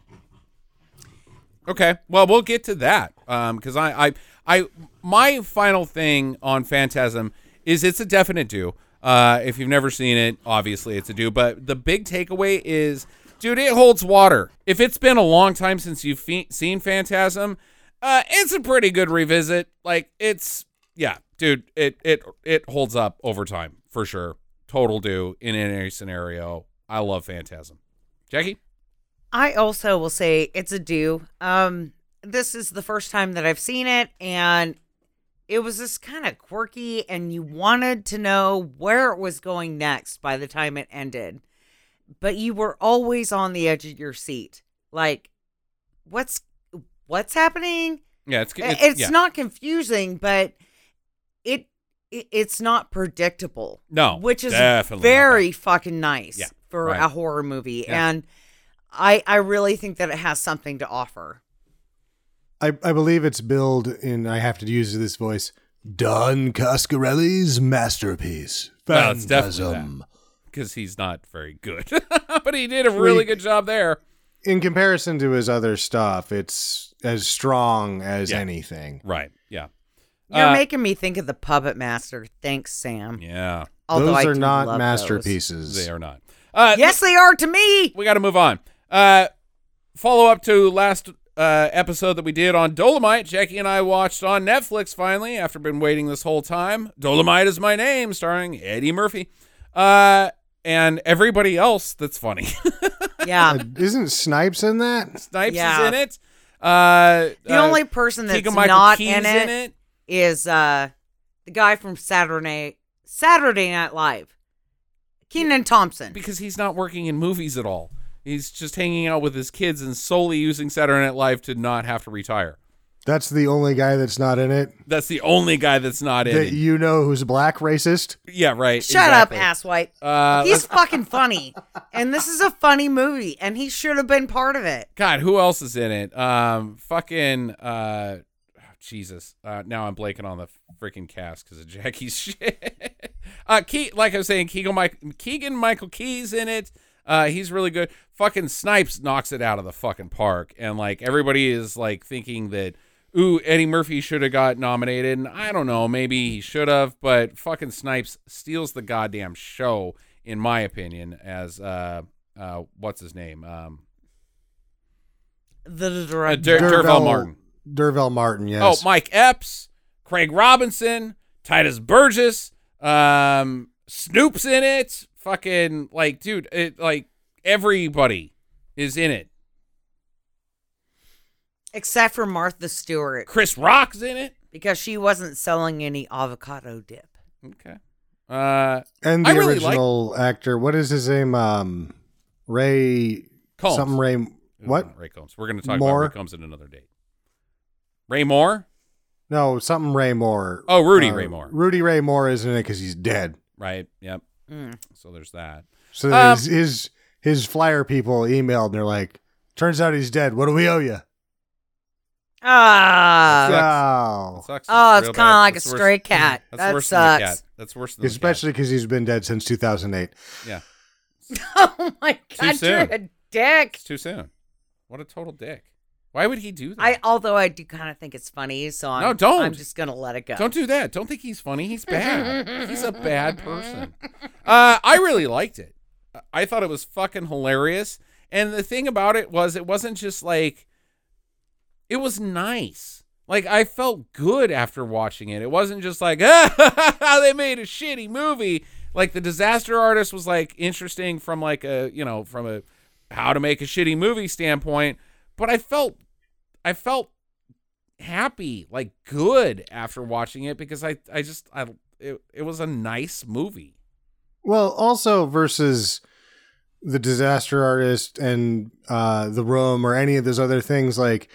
Okay. Well, we'll get to that. Um, because I, I, I, my final thing on Phantasm is it's a definite do. Uh, if you've never seen it, obviously it's a do. But the big takeaway is, dude, it holds water. If it's been a long time since you've fe- seen Phantasm, Uh, it's a pretty good revisit. Like it's yeah, dude. It it it holds up over time for sure. Total do in any scenario. I love Phantasm. Jackie. I also will say it's a do. Um, this is the first time that I've seen it, and it was just kind of quirky, and you wanted to know where it was going next by the time it ended. But you were always on the edge of your seat, like, what's what's happening? Yeah, it's Eh, It's, it's, yeah. not confusing, but it, it it's not predictable no, which is definitely not very fucking nice Yeah, for right. a horror movie Yeah. and i i really think that it has something to offer I, I believe it's billed in, I have to use this voice, Don Coscarelli's masterpiece. Well, it's definitely Phantasm. because he's not very good, *laughs* but he did a really Freak. good job there. In comparison to his other stuff, it's as strong as Yeah. anything. Right? Yeah. you're Uh, making me think of the puppet master thanks sam Yeah, Although those I are do not love masterpieces. they are not. Uh, those. yes they are *laughs* to me we got to move on. Uh, follow up to last uh, episode that we did on Dolomite. Jackie and I watched on Netflix finally after been waiting this whole time. Dolomite is my name, starring Eddie Murphy, uh, and everybody else that's funny. *laughs* yeah Uh, Isn't Snipes in that? Snipes Yeah. is in it. Uh, the uh, only person that's Keegan-Michael not Key's in it, is uh the guy from saturday saturday night live keenan thompson because he's not working in movies at all. He's just hanging out with his kids and solely using Saturday Night Live to not have to retire. That's the only guy that's not in it. That's the only guy that's not in. That it. you know who's black racist. yeah, right. Shut exactly. up, asswipe. Uh, He's fucking funny. And this is a funny movie, and he should have been part of it. God, who else is in it? Um, fucking uh, Jesus. Uh, now I'm blanking on the freaking cast because of Jackie's *laughs* shit. uh, Ke- like I was saying, Keegan, Mike- Keegan Michael Key's in it. Uh, he's really good. Fucking Snipes knocks it out of the fucking park, and like everybody is like thinking that. Ooh, Eddie Murphy should have got nominated, and I don't know, maybe he should have, but fucking Snipes steals the goddamn show, in my opinion. As uh, uh, what's his name? Um, The uh, director. Dur- Durval, Martin. Durval Martin, yes. Oh, Mike Epps, Craig Robinson, Titus Burgess, um, Snoop's in it. Fucking like, dude, it like everybody is in it. Except for Martha Stewart, Chris Rock's in it. because she wasn't selling any avocado dip. Okay. Uh, and the I really like- original actor, what is his name? Um, Ray Combs. something Ray. Ooh, What? not Ray Combs. We're gonna talk Moore? about Ray Combs in another date. Ray Moore. No, something Ray Moore. Uh, Oh, Rudy Ray Moore. Rudy Ray Moore isn't in it because he's dead. Right. Yep. Mm. So there's that. So Um, his, his his flyer people emailed and they're like, "Turns out he's dead. What do we owe you?" Sucks. Ah. Yeah. Wow. That sucks. Oh, it's real kinda bad. like a That's worse- stray cat. That's That worse than the sucks. cat. That's worse than the cat. Especially because he's been dead since 2008. Yeah. *laughs* Oh my God, you're soon. a dick. It's too soon. What a total dick. Why would he do that? I, although I do kind of think it's funny, so I'm, No, don't. I'm just going to let it go. Don't do that. Don't think he's funny. He's bad. he's a bad person. Uh, I really liked it. I thought it was fucking hilarious. And the thing about it was, it wasn't just like, it was nice. Like I felt good after watching it. It wasn't just like, *laughs* ah, they made a shitty movie. Like the Disaster Artist was like interesting from like a you know from a how to make a shitty movie standpoint. But I felt, I felt happy, like good after watching it because I I just I it, it was a nice movie. Well, also versus the disaster artist and uh, the room or any of those other things, like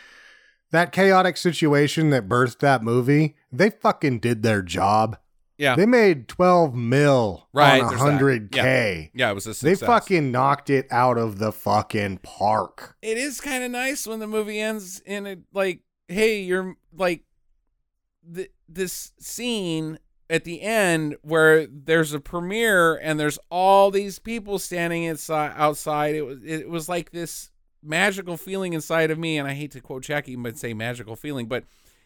that chaotic situation that birthed that movie, they fucking did their job. Yeah. They made 12 mil Right, on there's that. 100K. Yeah, it was a success. They fucking knocked it out of the fucking park. It is kind of nice when the movie ends in it like, hey, you're like th- this scene at the end where there's a premiere and there's all these people standing inside outside. It was it was like this magical feeling inside of me, and I hate to quote Jackie, but say magical feeling, but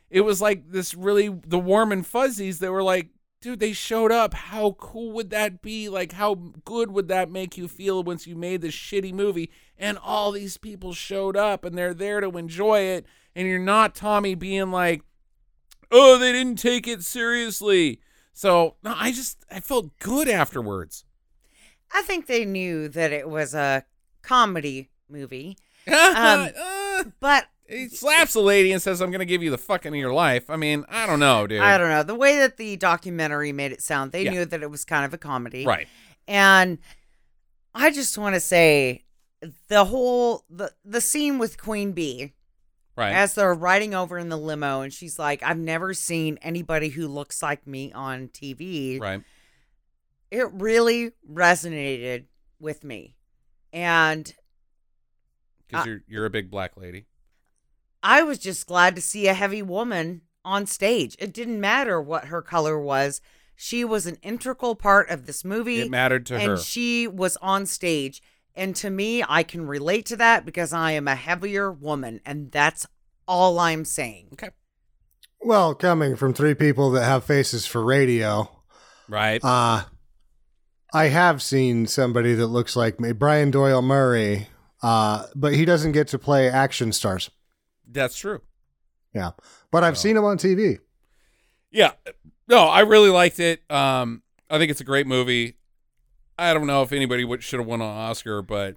it was like this really the warm and fuzzies that were like dude, they showed up. How cool would that be? Like, how good would that make you feel once you made this shitty movie and all these people showed up and they're there to enjoy it? And you're not Tommy being like, oh, they didn't take it seriously. So, no, I just, I felt good afterwards. *laughs* I think they knew that it was a comedy movie, Uh, but he slaps the lady and says, I'm going to give you the fucking of your life. I mean, I don't know, dude. I don't know. The way that the documentary made it sound, they Yeah. knew that it was kind of a comedy. Right. And I just want to say the whole the the scene with Queen Bee Right. as they're riding over in the limo and she's like I've never seen anybody who looks like me on TV. right. It really resonated with me. And Because Uh, you're, you're a big black lady. I was just glad to see a heavy woman on stage. It didn't matter what her color was. She was an integral part of this movie. It mattered to and her. she was on stage. And to me, I can relate to that because I am a heavier woman, and that's all I'm saying. okay. Well, coming from three people that have faces for radio, Right. uh, I have seen somebody that looks like me, Brian Doyle Murray, uh, but he doesn't get to play action stars. That's true. Yeah. But I've Oh. seen him on TV. Yeah. No, I really liked it. Um, I think it's a great movie. I don't know if anybody would, should have won an Oscar, but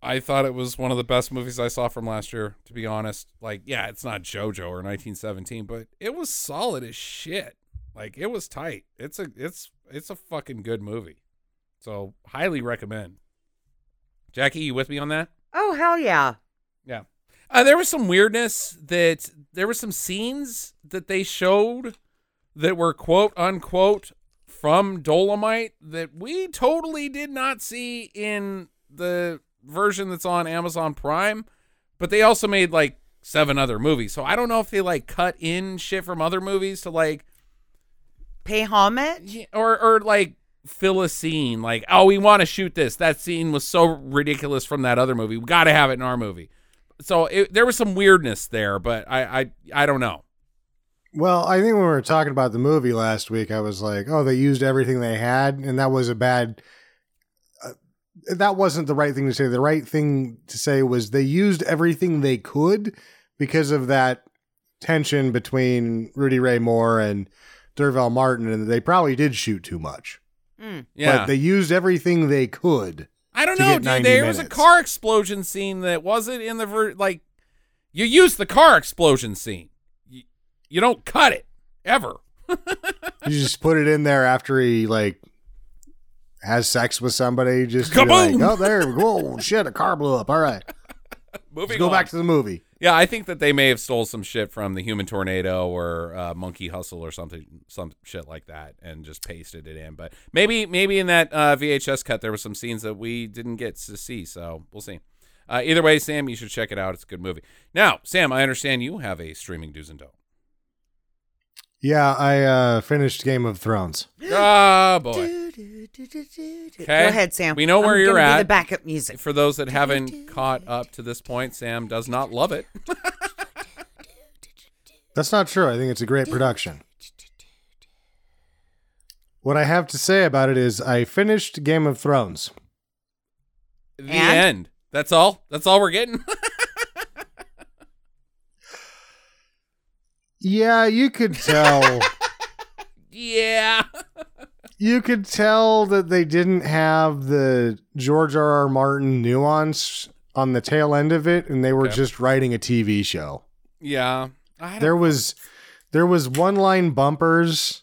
I thought it was one of the best movies I saw from last year, to be honest. Like, yeah, it's not JoJo or 1917, but it was solid as shit. Like, it was tight. It's a it's it's a fucking good movie. So, highly recommend. Jackie, you with me on that? Oh, hell yeah. Yeah. Uh, there was some weirdness that there were some scenes that they showed that were quote unquote from Dolomite that we totally did not see in the version that's on Amazon Prime, but they also made like seven other movies. So I don't know if they like cut in shit from other movies to like Pay homage? yeah, or or like fill a scene like oh we want to shoot this that scene was so ridiculous from that other movie we got to have it in our movie so it, there was some weirdness there but i i i don't know Well, I think when we were talking about the movie last week, I was like, oh, they used everything they had, and that was a bad. uh, That wasn't the right thing to say. The right thing to say was they used everything they could because of that tension between Rudy Ray Moore and Derval Martin, and they probably did shoot too much. Mm. yeah But they used everything they could. i don't to know get dude 90 there was a minutes. car explosion scene that wasn't in the ver- like you use the car explosion scene you, you don't cut it ever You just put it in there after he like has sex with somebody. Just you're like, Kaboom! oh, there, whoa, shit, a car blew up. All right, moving let's go on. back to the movie. yeah i think that they may have stole some shit from the human tornado or uh, monkey hustle or something some shit like that and just pasted it in but maybe maybe in that uh, vhs cut there were some scenes that we didn't get to see so we'll see uh, either way sam you should check it out it's a good movie now sam i understand you have a streaming do's and don't Yeah, I uh, finished Game of Thrones. oh boy Do, do, do, do, do, do. Go Okay. ahead, Sam. We know where I'm you're gonna do at. the backup music. for those that haven't caught up to this point sam does not love it That's not true. I think it's a great production. What I have to say about it is, I finished Game of Thrones. the And? end that's all that's all we're getting *laughs* Yeah, you *laughs* could tell. yeah you could tell that they didn't have the George R. R. Martin nuance on the tail end of it, and they were Okay. just writing a TV show. yeah I don't There was, there was one line bumpers,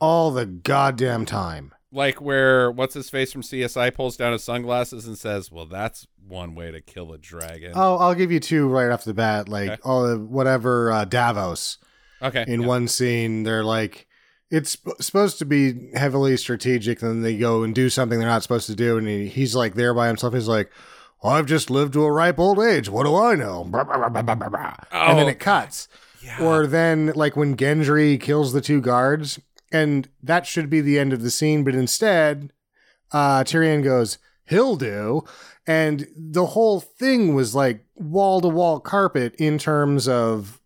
all the goddamn time. like where what's his face from CSI pulls down his sunglasses and says, "Well, that's one way to kill a dragon." Oh, I'll give you two right off the bat. Like Okay. all the whatever uh, Davos *laughs* okay. in yeah. one scene, they're like, it's sp- supposed to be heavily strategic. Then they go and do something they're not supposed to do, and he, he's like there by himself. He's like, well, I've just lived to a ripe old age. What do I know? Blah, blah, blah, blah, blah, blah, blah. And then Oh. it cuts. Yeah. Or then, like when Gendry kills the two guards, and that should be the end of the scene, but instead, uh, Tyrion goes, "He'll do," and the whole thing was like wall to wall carpet in terms of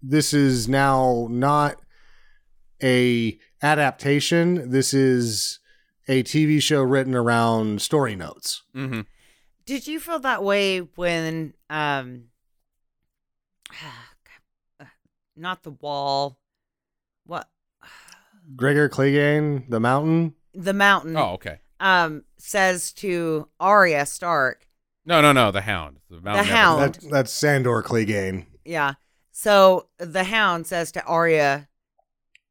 this is now not a adaptation. This is a TV show written around story notes. Mm-hmm. Did you feel that way when um *sighs* uh, not the wall what Gregor Clegane, The Mountain. the mountain Mm. Oh, okay. um says to Arya Stark No, no, no. The Hound. The, mountain The Hound. That, that's Sandor Clegane. Yeah. So the hound says to Arya,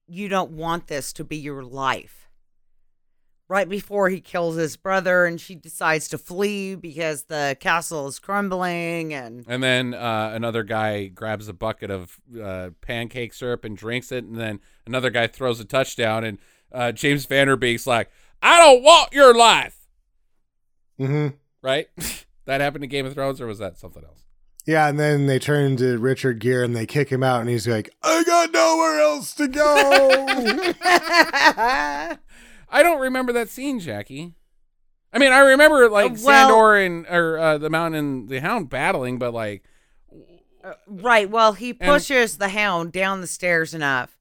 You don't want this to be your life. Right before he kills his brother, and she decides to flee because the castle is crumbling. And *laughs* And then uh, another guy grabs a bucket of uh, pancake syrup and drinks it, and then another guy throws a touchdown, and uh, James Vanderbeek's like, "I don't want your life," hmm right? *laughs* that happened in Game of Thrones, or was that something else? Yeah, and then they turn to Richard Gere and they kick him out, and he's like, "I got nowhere else to go." I don't remember that scene, Jackie. I mean, I remember like Uh, well- Sandor and or uh, the Mountain and the Hound battling, but like, right, well, he And- pushes the hound down the stairs enough.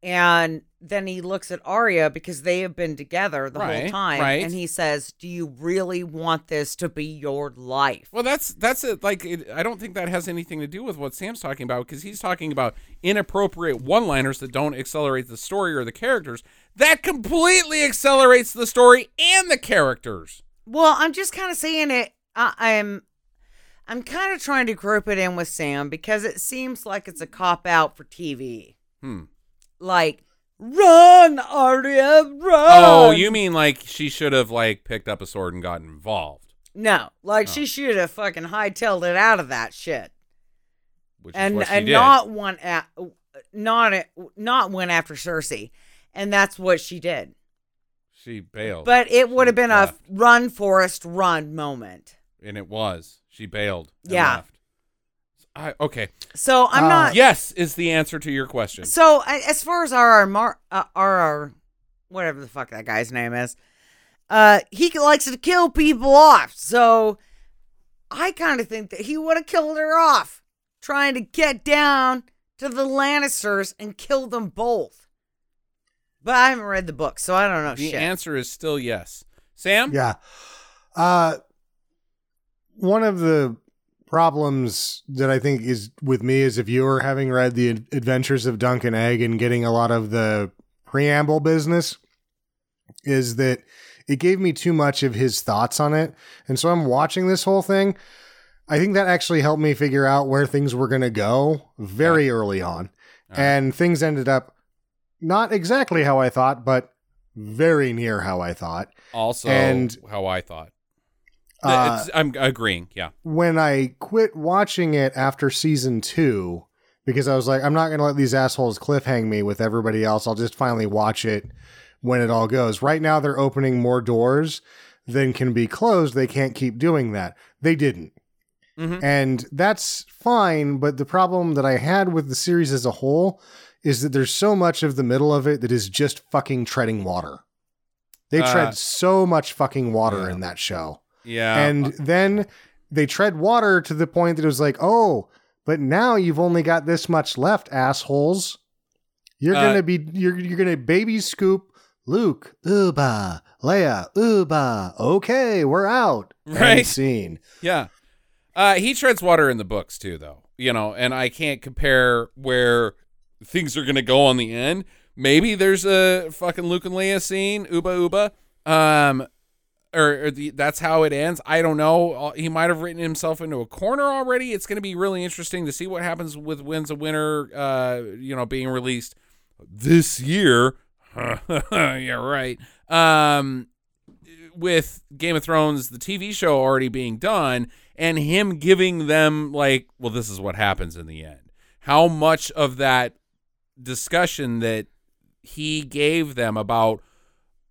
And then he looks at Arya because they have been together the Right, whole time. right. And he says, Do you really want this to be your life? well, that's that's it. Like, it, I don't think that has anything to do with what Sam's talking about because he's talking about inappropriate one-liners that don't accelerate the story or the characters. That completely accelerates the story and the characters. Well, I'm just kind of saying it. I, I'm, I'm kind of trying to group it in with Sam because it seems like it's a cop out for TV. Hmm. Like, run, Arya, run. um, Oh, you mean like she should have like picked up a sword and gotten involved, No, like Oh. she should have fucking hightailed it out of that shit, which is and what she and did. not one at, not a, not went after Cersei, and that's what she did. Oh, she bailed, But it would have been a left. run, Forest, run moment. and it was she bailed. and Yeah. left. I, okay. So I'm Ah. not. Yes is the answer to your question. So a- as far as R.R. Mar- uh, R.R. whatever the fuck that guy's name is, uh, he likes to kill people off. So I kind of think that he would have killed her off, trying to get down to the Lannisters and kill them both. But I haven't read the book, so I don't know the shit. answer is still yes. Sam? yeah. Uh, one of the problems that I think is with me as a viewer, having read the Ad- Adventures of Duncan Egg and getting a lot of the preamble business, is that it gave me too much of his thoughts on it. And so I'm watching this whole thing. I think that actually helped me figure out where things were going to go very early on. Alright. And things ended up not exactly how I thought, but very near how I thought. Also And- how I thought. Uh, It's- I'm agreeing. Yeah. when I quit watching it after season two, because I was like, I'm not going to let these assholes cliffhang me with everybody else. I'll just finally watch it when it all goes. Right now, they're opening more doors than can be closed. They can't keep doing that. They didn't. Mhm. And that's fine. But the problem that I had with the series as a whole is that there's so much of the middle of it that is just fucking treading water. They Uh, tread so much fucking water yeah. in that show Yeah. and then they tread water to the point that it was like, oh, but now you've only got this much left, assholes. You're Uh, gonna be you're you're gonna baby scoop Luke, Uba, Leia, Uba. Okay, *laughs* we're out. End Right. *laughs* scene. Yeah. Uh, he treads water in the books too, though. You know, and I can't compare where things are gonna go on the end. Maybe there's a fucking Luke and Leia scene, Uba Uba. Um, or, or the, that's how it ends. I don't know. Uh, He might have written himself into a corner already. It's gonna be really interesting to see what happens with Wins a Winner. Uh, you know, being released this year. *laughs* yeah, right. Um, with Game of Thrones, the TV show already being done, and him giving them, like, well, this is what happens in the end. How much of that discussion that he gave them about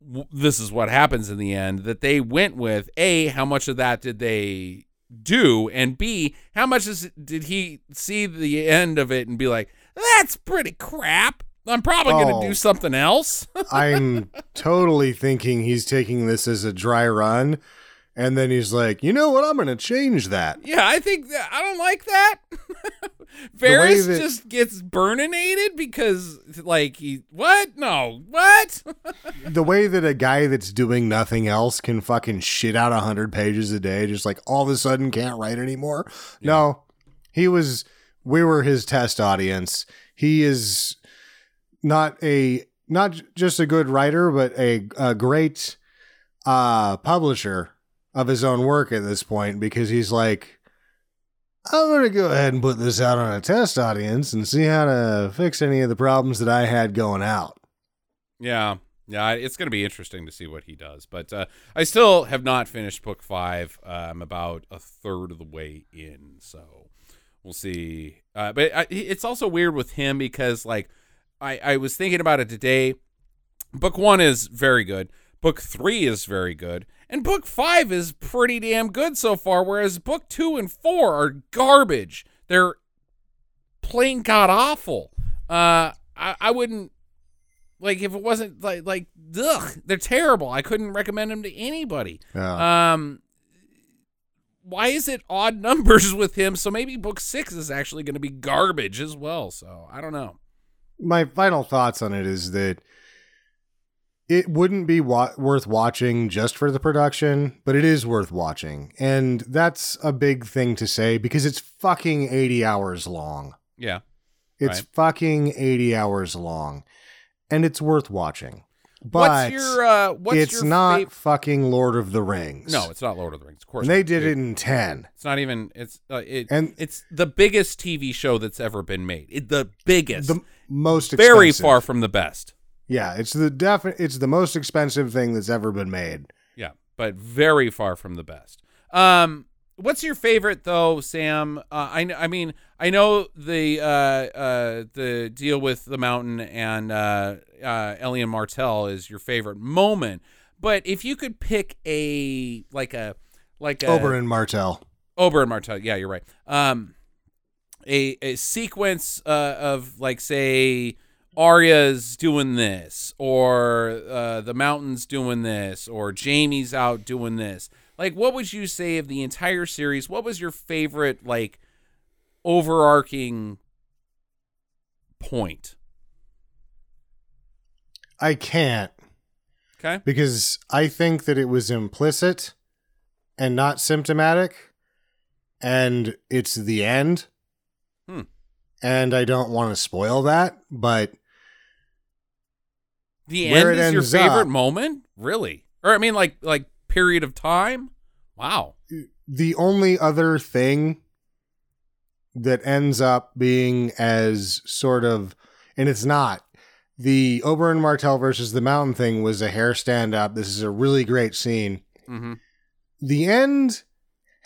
w- this is what happens in the end that they went with, A, how much of that did they do? And B, how much is, did he see the end of it and be like, that's pretty crap. I'm probably going to Oh. do something else. I'm totally thinking he's taking this as a dry run, and then he's like, you know what? I'm gonna change that. Yeah, I think that *laughs* I don't like that. Varys that- just gets burninated because like he what? No. What? the way that a guy that's doing nothing else can fucking shit out 100 pages a day just like all of a sudden can't write anymore no he was we were his test audience he is not a not j- just a good writer but a, a great uh publisher of his own work at this point because he's like I'm going to go ahead and put this out on a test audience and see how to fix any of the problems that I had going out. yeah. Yeah, it's going to be interesting to see what he does. But uh, I still have not finished book 5. Uh, I'm about a third of the way in, so we'll see. Uh, but I, it's also weird with him because like I, I was thinking about it today. Book 1 is very good. Book 3 is very good. And book 5 is pretty damn good so far whereas book 2 and 4 are garbage. They're plain god awful. Uh I, I wouldn't like if it wasn't like like ugh, they're terrible. I couldn't recommend them to anybody. Yeah. Um why is it odd *laughs* numbers with him? So maybe book 6 is actually going to be garbage as well. So I don't know. my final thoughts on it is that it wouldn't be wa- worth watching just for the production, but it is worth watching. And that's a big thing to say because it's fucking 80 hours long. Yeah. It's Right. fucking 80 hours long and it's worth watching. what's But your uh what's it's your not fav- fucking Lord of the Rings. No, it's not Lord of the Rings. Of course. and they not. did it in 10. It's not even. It's uh, it. And- it's the biggest TV show that's ever been made. It, the biggest. The most expensive. very far from the best. Yeah, it's the defi- it's the most expensive thing that's ever been made. Yeah, but very far from the best. Um, what's your favorite though, Sam? Uh, I kn- I mean I know the uh, uh, the deal with the mountain and uh, uh, Ellie and Martell is your favorite moment, but if you could pick a like a like a Oberyn Martell. Ober and Martell. Yeah, you're right. Um, a a sequence uh, of like say Arya's doing this, or uh, the mountains doing this, or Jamie's out doing this. Like, what would you say of the entire series? What was your favorite like overarching point? I can't Okay. because I think that it was implicit and not symptomatic, and it's the end. Hmm. And I don't want to spoil that, but The Where end it is your ends up- favorite moment, really? Or I mean, like like period of time. Wow. the only other thing that ends up being as sort of, and it's not. The Oberyn Martell versus the Mountain thing was a hair stand up. This is a really great scene. hmm the end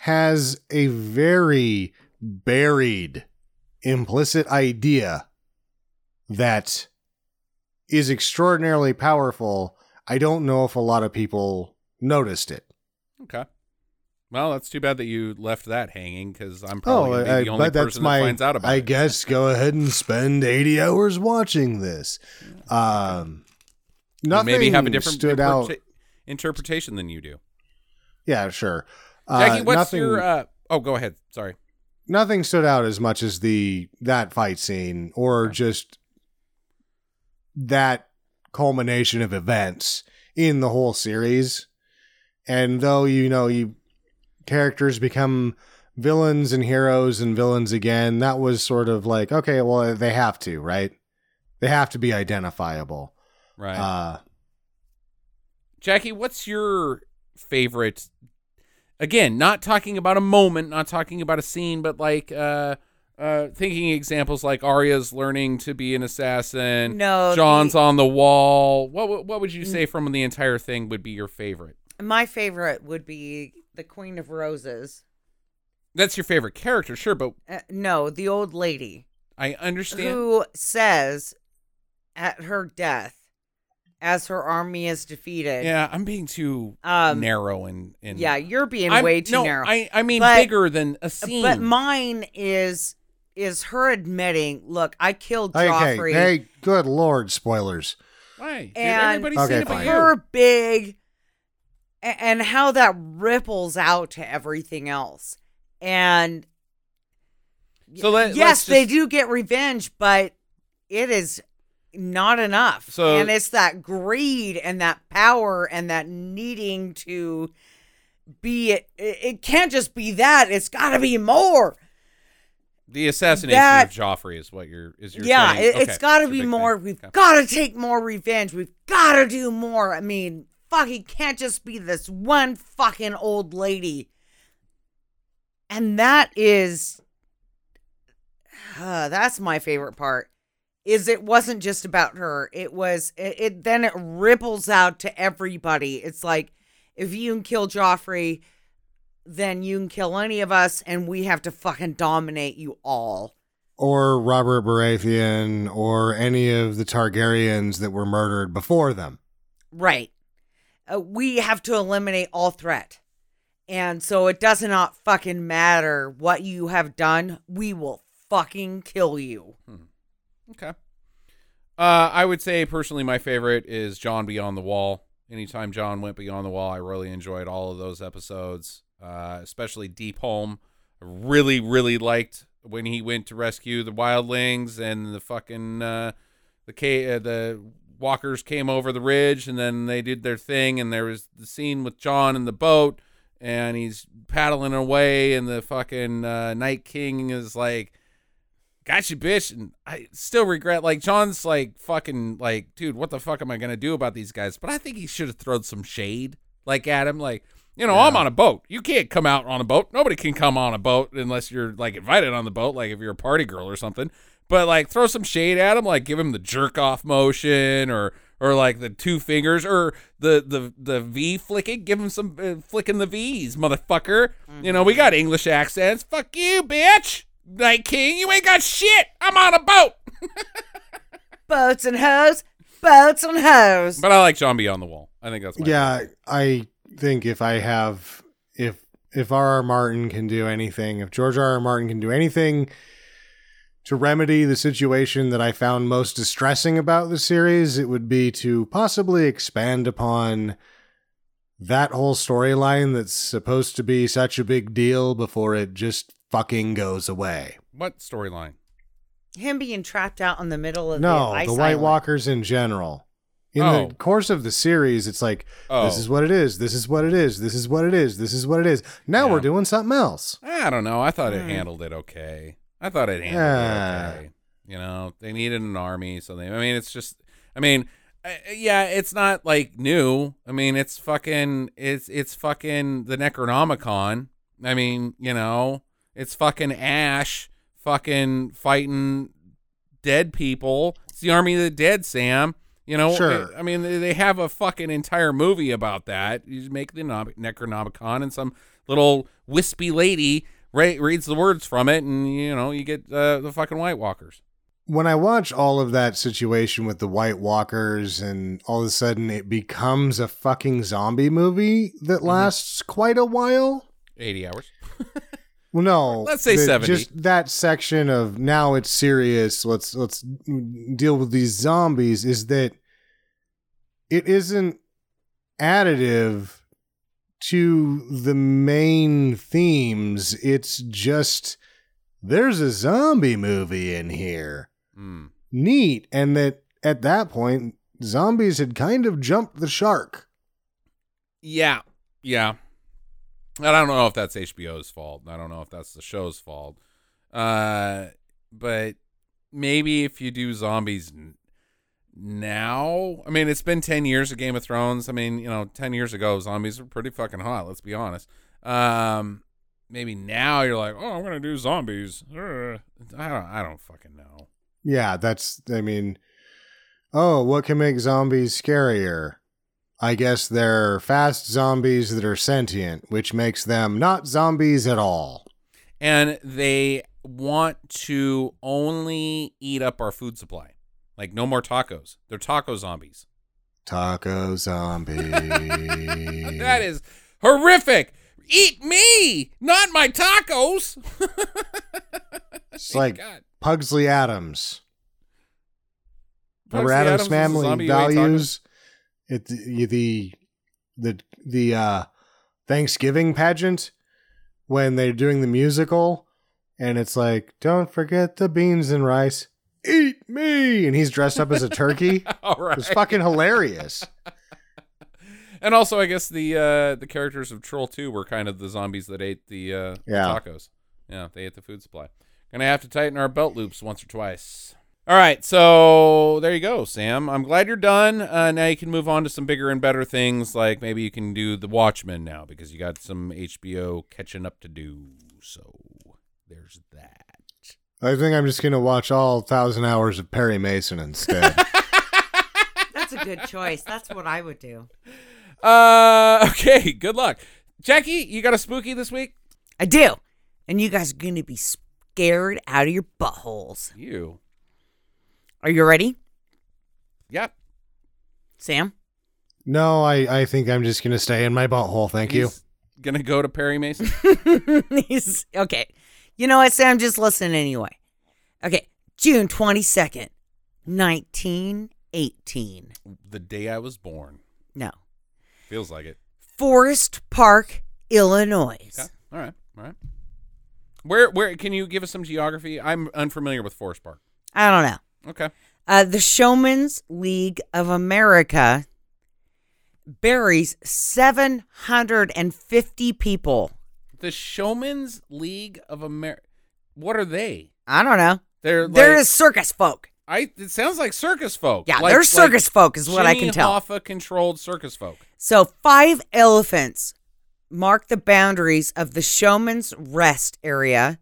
has a very buried implicit idea that is extraordinarily powerful. I don't know if a lot of people noticed it. Okay. Well, that's too bad that you left that hanging because I'm probably gonna be the only Oh, but person that's that my. finds out about I it. guess go ahead and spend eighty hours *laughs* watching this. Um, You nothing maybe have a different stood out. interpreta- interpretation than you do. Yeah, sure. Uh, Jackie, what's nothing, your? Uh, oh, go ahead. Sorry. nothing stood out as much as the that fight scene or just that culmination of events in the whole series. And though you know you characters become villains and heroes and villains again, that was sort of like okay, well they have to, right? They have to be identifiable. Right. Uh, Jackie, what's your favorite? Again, not talking about a moment, not talking about a scene, but like uh, uh, thinking examples like Arya's learning to be an assassin. No, John's the- on the wall. What would- what would you say from the entire thing would be your favorite? my favorite would be the Queen of Roses. That's your favorite character, sure, but Uh, no, the old lady I understand. who says at her death, as her army is defeated. Yeah, I'm being too Um, narrow and, and yeah, you're being I'm- way too no, narrow. I, I mean But- bigger than a scene. But mine is is her admitting, look, I killed okay, Joffrey. hey, good lord, spoilers. Why? Dude, and everybody's Okay, seen it but fine. you. her big a- and how that ripples out to everything else. And So let, yes, let's they just- do get revenge, but it is not enough. So- and it's that greed and that power and that needing to be it. It can't just be that. It's got to be more. The assassination of That- Joffrey is what you're is your yeah, saying. it, Okay, has got to it's a be big more. thing. We've Okay. got to take more revenge. We've got to do more. I mean, fucking can't just be this one fucking old lady. And that is, uh, that's my favorite part. Is it wasn't just about her. It was. It, it then it ripples out to everybody. It's like if you can kill Joffrey, then you can kill any of us, and we have to fucking dominate you all. or Robert Baratheon or any of the Targaryens that were murdered before them. Right. Uh, we have to eliminate all threat. And so it does not fucking matter what you have done. We will fucking kill you. Okay. Uh, I would say personally, my favorite is John Beyond the Wall. Anytime John went beyond the wall, I really enjoyed all of those episodes, uh, especially Deep Home. I really, really liked when he went to rescue the wildlings and the fucking uh, the ca- uh, the walkers came over the ridge and then they did their thing and there was the scene with John in the boat and he's paddling away and the fucking uh, Night King is like gotcha bitch and i still regret like john's like fucking like dude what the fuck am i gonna do about these guys but i think he should have thrown some shade like at him like you know i'm on a boat you can't come out on a boat nobody can come on a boat unless you're like invited on the boat like if you're a party girl or something but like throw some shade at him like give him the jerk off motion or or like the two fingers or the the the v flicking give him some uh, flicking the v's motherfucker you Mm-hmm. know we got english accents fuck you bitch Night King, you ain't got shit. I'm on a boat. Boats and hoes, boats and hoes. But I like John Beyond the Wall. I think that's my yeah, I think if I have if if R. R. Martin can do anything, if George R. R. Martin can do anything to remedy the situation that I found most distressing about the series, it would be to possibly expand upon that whole storyline that's supposed to be such a big deal before it just fucking goes away. What storyline? Him being trapped out in the middle of no, the ice the White island. Walkers in general. In Oh. the course of the series, it's like Oh. this is what it is. This is what it is. This is what it is. This is what it is. Now Yeah. we're doing something else. I don't know. I thought it Hmm. handled it okay. I thought it handled Yeah. it okay. You know, they needed an army, so they. I mean, it's just. I mean, I, yeah, it's not like new. I mean, it's fucking. It's it's fucking the Necronomicon. I mean, you know, it's fucking Ash, fucking fighting dead people. It's the army of the dead, Sam. You know, Sure. I, I mean, they they have a fucking entire movie about that. You just make the Nob- Necronomicon, and some little wispy lady re- reads the words from it, and you know, you get uh, the fucking White Walkers. When I watch all of that situation with the White Walkers and all of a sudden it becomes a fucking zombie movie Mm-hmm. that lasts quite a while. Eighty hours. Well, no. Let's say that- 70. Just that section of now it's serious. Let's let's deal with these zombies. Is that it isn't additive to the main themes. It's just there's a zombie movie in here. Mm. Neat, and that at that point zombies had kind of jumped the shark. Yeah, yeah. And I don't know if that's HBO's fault. and I don't know if that's the show's fault. Uh, but maybe if you do zombies n- now, I mean, it's been ten years of Game of Thrones. I mean, you know, ten years ago, zombies were pretty fucking hot. Let's be honest. Um, maybe now you're like, oh, I'm gonna do zombies. Ugh. I don't, I don't fucking know. Yeah, that's, I mean, oh, what can make zombies scarier? I guess they're fast zombies that are sentient, which makes them not zombies at all. and they want to only eat up our food supply. Like no more tacos. They're taco *laughs* zombies. Taco zombie. That is horrific. Eat me, not my tacos. *laughs* It's like God. Pugsley Adams. Remember Pugsley Adams, Adams was a zombie who family ate tacos? values? It the the the, the uh, Thanksgiving pageant when they're doing the musical and it's like, don't forget the beans and rice. Eat me, and he's dressed up as *laughs* a turkey. *laughs* All right. It's fucking hilarious. And also, I guess the uh, the characters of Troll Two were kind of the zombies that ate the uh, Yeah. tacos. Yeah, they ate the food supply. Gonna have to tighten our belt loops once or twice. All right, so there you go, Sam. I'm glad you're done. Uh, now you can move on to some bigger and better things, like maybe you can do The Watchmen now because you got some HBO catching up to do. So there's that. I think I'm just gonna watch all thousand hours of Perry *laughs* Mason instead. That's a good choice. That's what I would do. Uh, *laughs* okay. Good luck, Jackie. You got a spooky this week? I do. And you guys are going to be scared out of your buttholes. You? Are you ready, Yep. Sam? no, I, I think I'm just gonna stay in my butthole. Thank you. He's Gonna go to Perry Mason. *laughs* He's okay. You know what, Sam? Just listen anyway. Okay, June twenty second, nineteen eighteen. the day I was born. No, Feels like it. Forest Park, Illinois. Okay. All right. All right. Where where can you give us some geography? I'm unfamiliar with Forest Park. I don't know. Okay. Uh, the Showman's League of America buries seven hundred and fifty people. The Showman's League of America. What are they? I don't know. They're like, There is circus folk. I it sounds like circus folk. Yeah, like, they're circus folk is what I can tell. Hoffa controlled circus folk. So, five elephants mark the boundaries of the showman's rest area,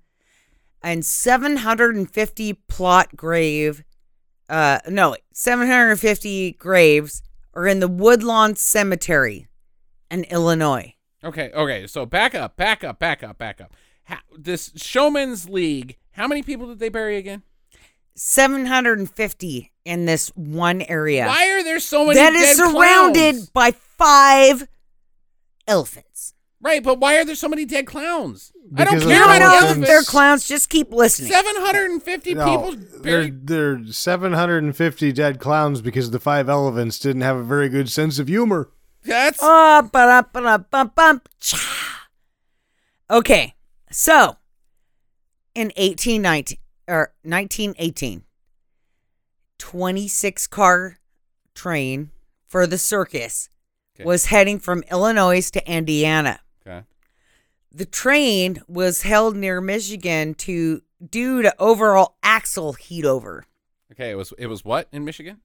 and 750 plot grave, uh, no, 750 graves are in the Woodlawn Cemetery in Illinois. Okay, okay. So back up, back up, back up, back up. How, this Showman's League, how many people did they bury again? 750 in this one area Why are there so many that is dead surrounded clowns? by five elephants. Right, but why are there so many dead clowns? I Because don't of care You the about the know that elephants. they're clowns. Just keep listening. 750 No, people there, buried. there are 750 dead clowns because the five elephants didn't have a very good sense of humor. That's Oh, ba-da, ba-da, bum, bum, cha. Okay, so in 1819 or 1918, 26 car train for the circus Okay. was heading from Illinois to Indiana. okay. The train was held near Michigan to due to overall axle heat over. Okay, it was it was what in Michigan?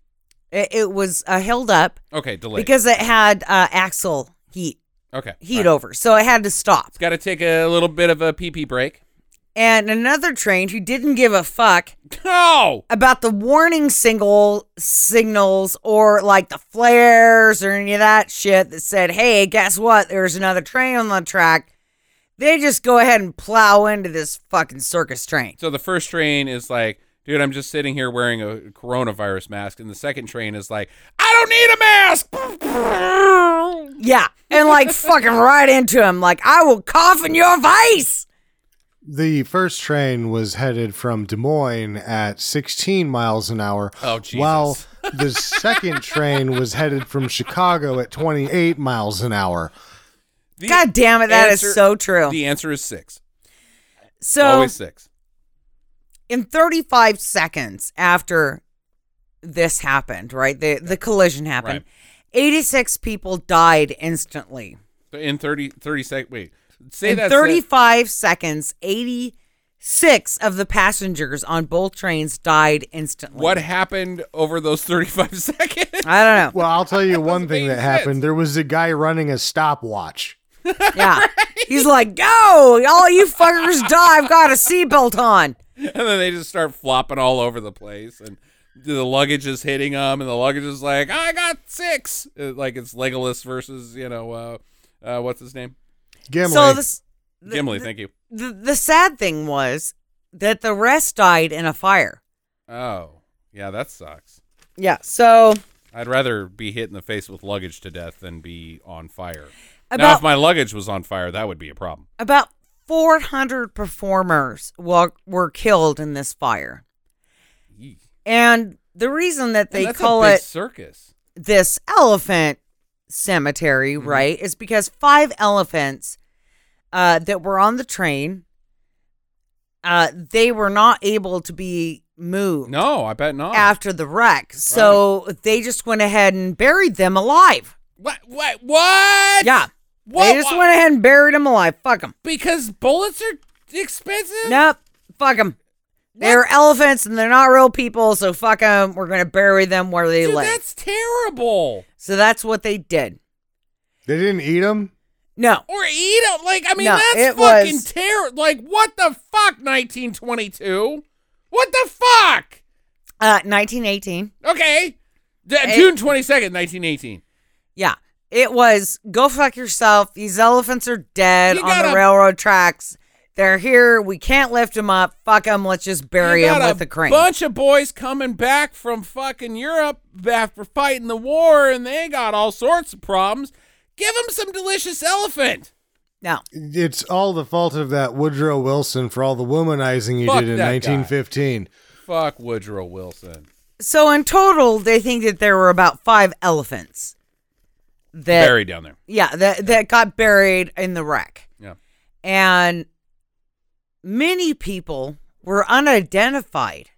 It, it was uh, held up Okay, delayed. because it had uh, axle heat okay, heat all right. over, so it had to stop. It's got to take a little bit of a pee pee break. *laughs* and another train who didn't give a fuck No, about the warning single signals or like the flares or any of that shit that said, "Hey, guess what? There's another train on the track." They just go ahead and plow into this fucking circus train. so the first train is like, dude, I'm just sitting here wearing a coronavirus mask, and the second train is like, I don't need a *laughs* mask. Yeah, *laughs* and like fucking right into him. Like I will cough in your face. The first train was headed from Des Moines at 16 miles an hour, Oh Jesus! while *laughs* the second train was headed from Chicago at 28 miles an hour. The God damn it, that is answer- so true. The answer is six. so Always six. in 35 seconds after this happened, right? The the collision happened. Right. 86 people died instantly. So in 30, 30 sec. Wait, say In that. 35 seconds, 86 of the passengers on both trains died instantly. What happened over those *laughs* thirty-five seconds? I *laughs* don't know. Well, I'll tell you one thing make that happened. sense. There was a guy running a stopwatch. Yeah. He's like, go, all you fuckers die. I've got a seatbelt on. and then they just start flopping all over the place and the luggage is hitting them and the luggage is like i got six Uh, like it's legolas versus you know uh, uh what's his name Gimli. So this, the- gimli the- thank you the, the sad thing was that the rest died in a fire. oh yeah that sucks Yeah. So i'd rather be hit in the face with luggage to death than be on fire now about if my luggage was on fire that would be a problem About 400 performers wa- were killed in this fire. Yee. And the reason that they Well, that's a call big it circus this elephant cemetery, Mm-hmm. right, is because five elephants uh, that were on the train uh, they were not able to be moved No, I bet not. after the wreck. So they just went ahead and buried them alive. what? What? What? Yeah. What? They just went ahead and buried them alive. Fuck them. because bullets are expensive. Nope. Fuck them. They're elephants and they're not real people, so fuck them. We're going to bury them where they Dude, live. that's terrible. So that's what they did. They didn't eat them. No. Or eat them. Like I mean, No, it that's fucking was- terrible. Like what the fuck? 1922. What the fuck? Uh, 1918. Okay. D- Hey. June 22nd, 1918. Yeah. It was go fuck yourself. These elephants are dead You on the gotta- railroad tracks. They're here. We can't lift them up. Fuck them. Let's just bury You them got with a crane. bunch of boys coming back from fucking Europe after fighting the war, and they got all sorts of problems. Give them some delicious elephant. No. It's all the fault of that Woodrow Wilson for all the womanizing he Fuck did in that guy. 1915. Fuck Woodrow Wilson. So in total, they think that there were about five elephants that Buried down there. yeah that that got buried in the wreck, Yeah. and many people were unidentified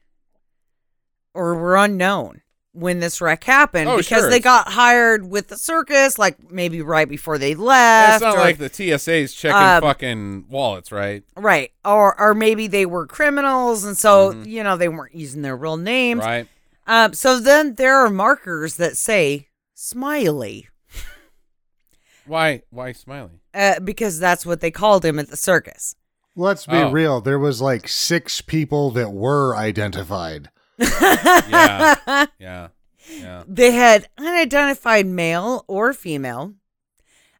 or were unknown when this wreck happened Oh, because sure. they got hired with the circus, like maybe right before they Yeah, left, It's not or- like the TSA's checking um, fucking wallets, right? right, or or maybe they were criminals, and so you know they weren't using their real names. Mm-hmm. Right. Um, so then there are markers that say Smiley Why? Why Smiley? uh, because that's what they called him at the circus. Let's be Oh. real. There was like six people that were identified. Yeah. yeah. Yeah. They had unidentified male or female.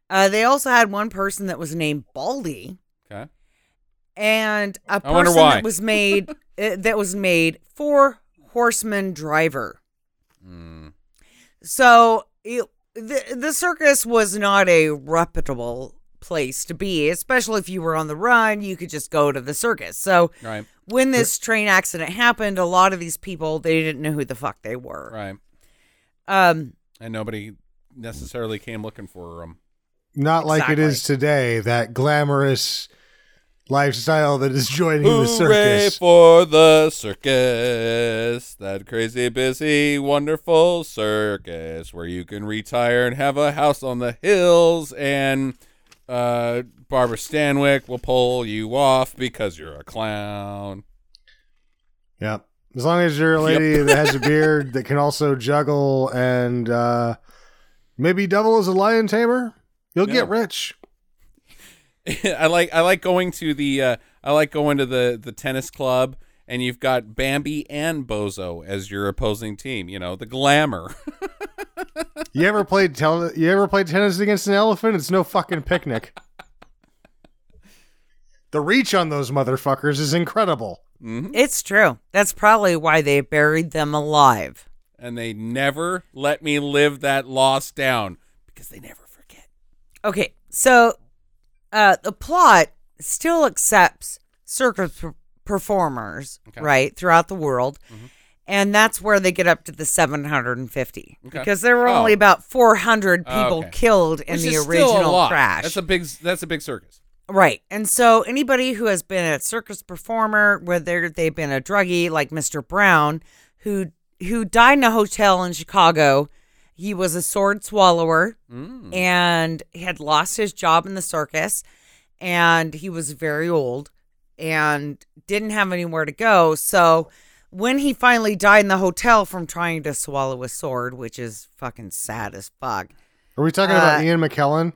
Uh, they also had one person that was named Baldy Okay. and a I wonder person why. that *laughs* was made uh, that was made for horseman driver. Mm. So it, the the circus was not a reputable place to be, especially if you were on the run. You could just go to the circus. So Right. when this train accident happened, a lot of these people they didn't know who the fuck they were. Right. Um, And nobody necessarily came looking for them. Not like it is Exactly. today, that glamorous lifestyle that is joining the Hooray circus. for the circus! That crazy, busy, wonderful circus where you can retire and have a house on the hills. And uh, Barbara Stanwyck will pull you off because you're a clown. Yep. As long as you're a lady that *laughs* has a beard that can also juggle and uh, maybe double as a lion tamer, you'll Yeah. get rich. *laughs* I like I like going to the uh, I like going to the the tennis club. And you've got Bambi and Bozo as your opposing team. You know the glamour. *laughs* You ever played tel- you ever played tennis against an elephant? It's no fucking picnic. the reach on those motherfuckers is incredible. it's true. That's probably why they buried them alive. and they never let me live that loss down because they never forget. Okay, so uh, the plot still accepts circus per- performers Okay. Mm-hmm. right throughout the world. And that's where they get up to the 750 Okay. because there were Oh. only about 400 Oh, people okay. killed in Which the is still a original lot. crash. That's a big. That's a big circus. Right. And so anybody who has been a circus performer, whether they've been a druggie like Mr. Brown, who who died in a hotel in Chicago, he was a sword swallower Mm. and had lost his job in the circus and he was very old and didn't have anywhere to go. So when he finally died in the hotel from trying to swallow a sword, which is fucking sad as fuck. Are we talking about Uh, Ian McKellen?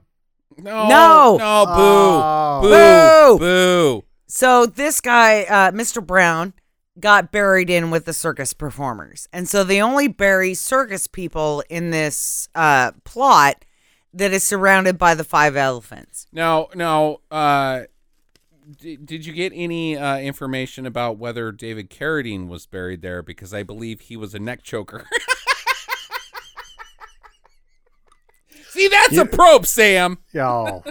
No, No! no, boo, Oh. boo, Boo! boo. So this guy, uh, Mr. Brown, got buried in with the circus performers, and so they only bury circus people in this uh, plot that is surrounded by the five elephants. Now, now, uh, d- did you get any uh, information about whether David Carradine was buried there? Because I believe he was a neck choker. *laughs* See, that's a probe, Sam. Y'all.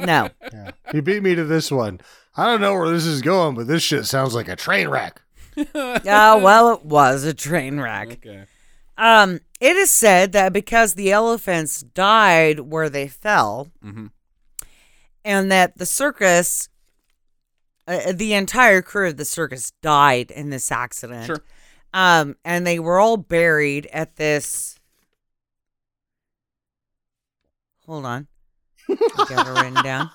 No, Yeah. You beat me to this one. I don't know where this is going, but this shit sounds like a train wreck. oh well, it was a train wreck. Okay. Um, it is said that because the elephants died Mm-hmm. where they fell, Mhm. and that the circus uh, the entire crew of the circus died in this accident. Sure. Um, and they were all buried at this. Hold on. I got it *laughs* written down.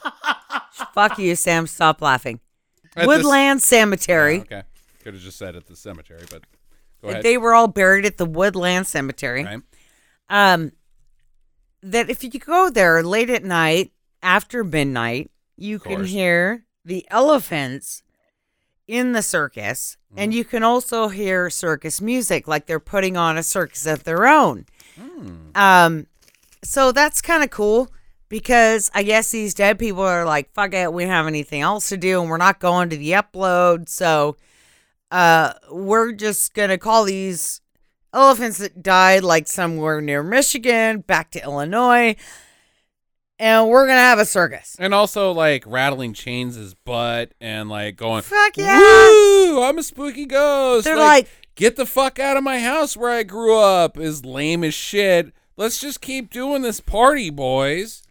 Fuck you, Sam. Stop laughing. At this- Woodland Cemetery. Oh, okay. Could have just said at the cemetery, but go ahead. They were all buried at the Woodland Cemetery. Right. Um, that if you go there late at night after midnight, you Of can course. hear the elephants in the circus, Mm-hmm. and you can also hear circus music, like they're putting on a circus of their own. Hmm. Um, so that's kind of cool because I guess these dead people are like, fuck it, we don't have anything else to do, and we're not going to the upload, so uh, we're just gonna call these elephants that died like somewhere near Michigan back to Illinois, and we're gonna have a circus. And also like rattling chains his butt and like going Fuck yeah! Woo! I'm a spooky ghost. They're like, get the fuck out of my house where I grew up is lame as shit. Let's just keep doing this party, boys.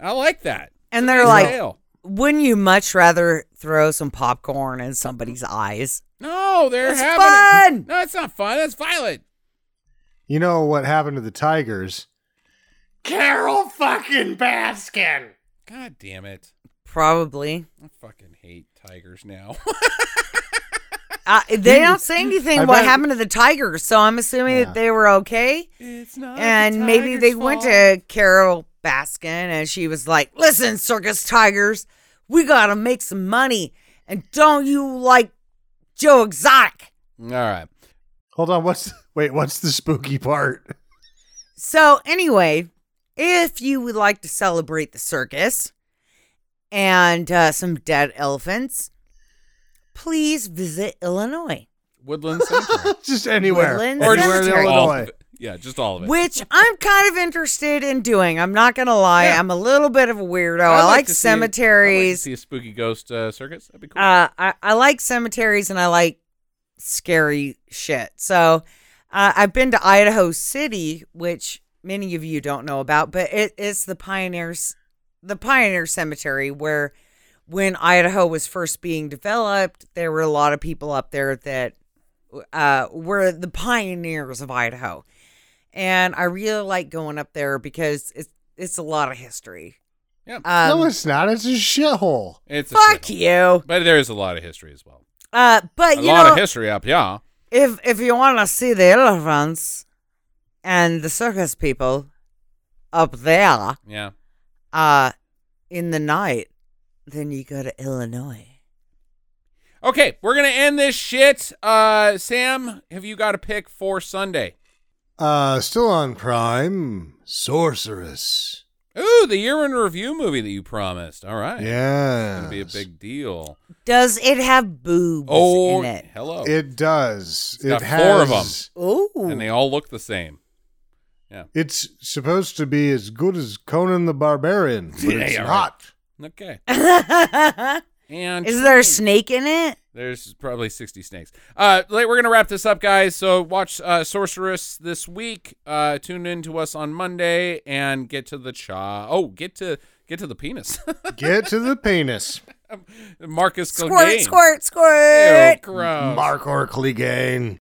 I like that. and they're Nice like, tale. wouldn't you much rather throw some popcorn in somebody's eyes? No, they're It's having fun! it. No, it's not fun. That's violent. You know what happened to the Tigers? Carol fucking Baskin. God damn it. Probably. I fucking hate tigers now. *laughs* Uh, they don't say anything I what bet- happened to the tigers, so I'm assuming Yeah. that they were okay. Oh, it's not the and maybe they Tigers' went fault. to Carol Baskin and she was like, "Listen, circus tigers, we gotta make some money, and don't you like Joe Exotic?" All right. Hold on, what's wait, what's the spooky part? So anyway, if you would like to celebrate the circus and uh, some dead elephants, please visit Illinois, Woodland *laughs* Cemetery. Just anywhere. Woodland Anywhere in Cemetery. all Illinois. of it. Yeah, just all of it. which I'm kind of interested in doing. I'm not gonna lie, Yeah. I'm a little bit of a weirdo. I'd I like, to see- I'd like to cemeteries. see a spooky ghost uh, circus. That'd be cool. uh, I, I like cemeteries and I like scary shit. So uh, I've been to Idaho City, which many of you don't know about, but it, it's the pioneers, the pioneer cemetery where when Idaho was first being developed, there were a lot of people up there that uh, were the pioneers of Idaho. And I really like going up there because it's it's a lot of history. Yeah. Um, no, it's not. It's a shithole. it's a fuck shithole. you. But there is a lot of history as well. Uh, but A you lot know, of history up yeah. if if you want to see the elephants and the circus people up there Yeah. uh in the night then you go to illinois Okay, we're gonna end this shit. Uh, Sam, have you got a pick for Sunday? Uh still on Prime. Sorceress. Ooh, the year in review movie that you promised. All right. It's Yeah. gonna be a big deal. does it have boobs Oh, in it hello. It does. it got has four of 'em. Ooh. *laughs* and they all look the same. It's supposed to be as good as Conan the Barbarian, but Yeah, it's yeah, right. not. Okay. is And there a snake in it There's probably 60 snakes. Uh, like, we're going to wrap this up, guys. So watch uh, Sorceress this week. Uh, tune in to us on Monday and get to the cha. Oh, get to get to the penis. *laughs* Get to the penis. Marcus squirt Clegane. squirt squirt Ew, gross. Mark Orkley Gain.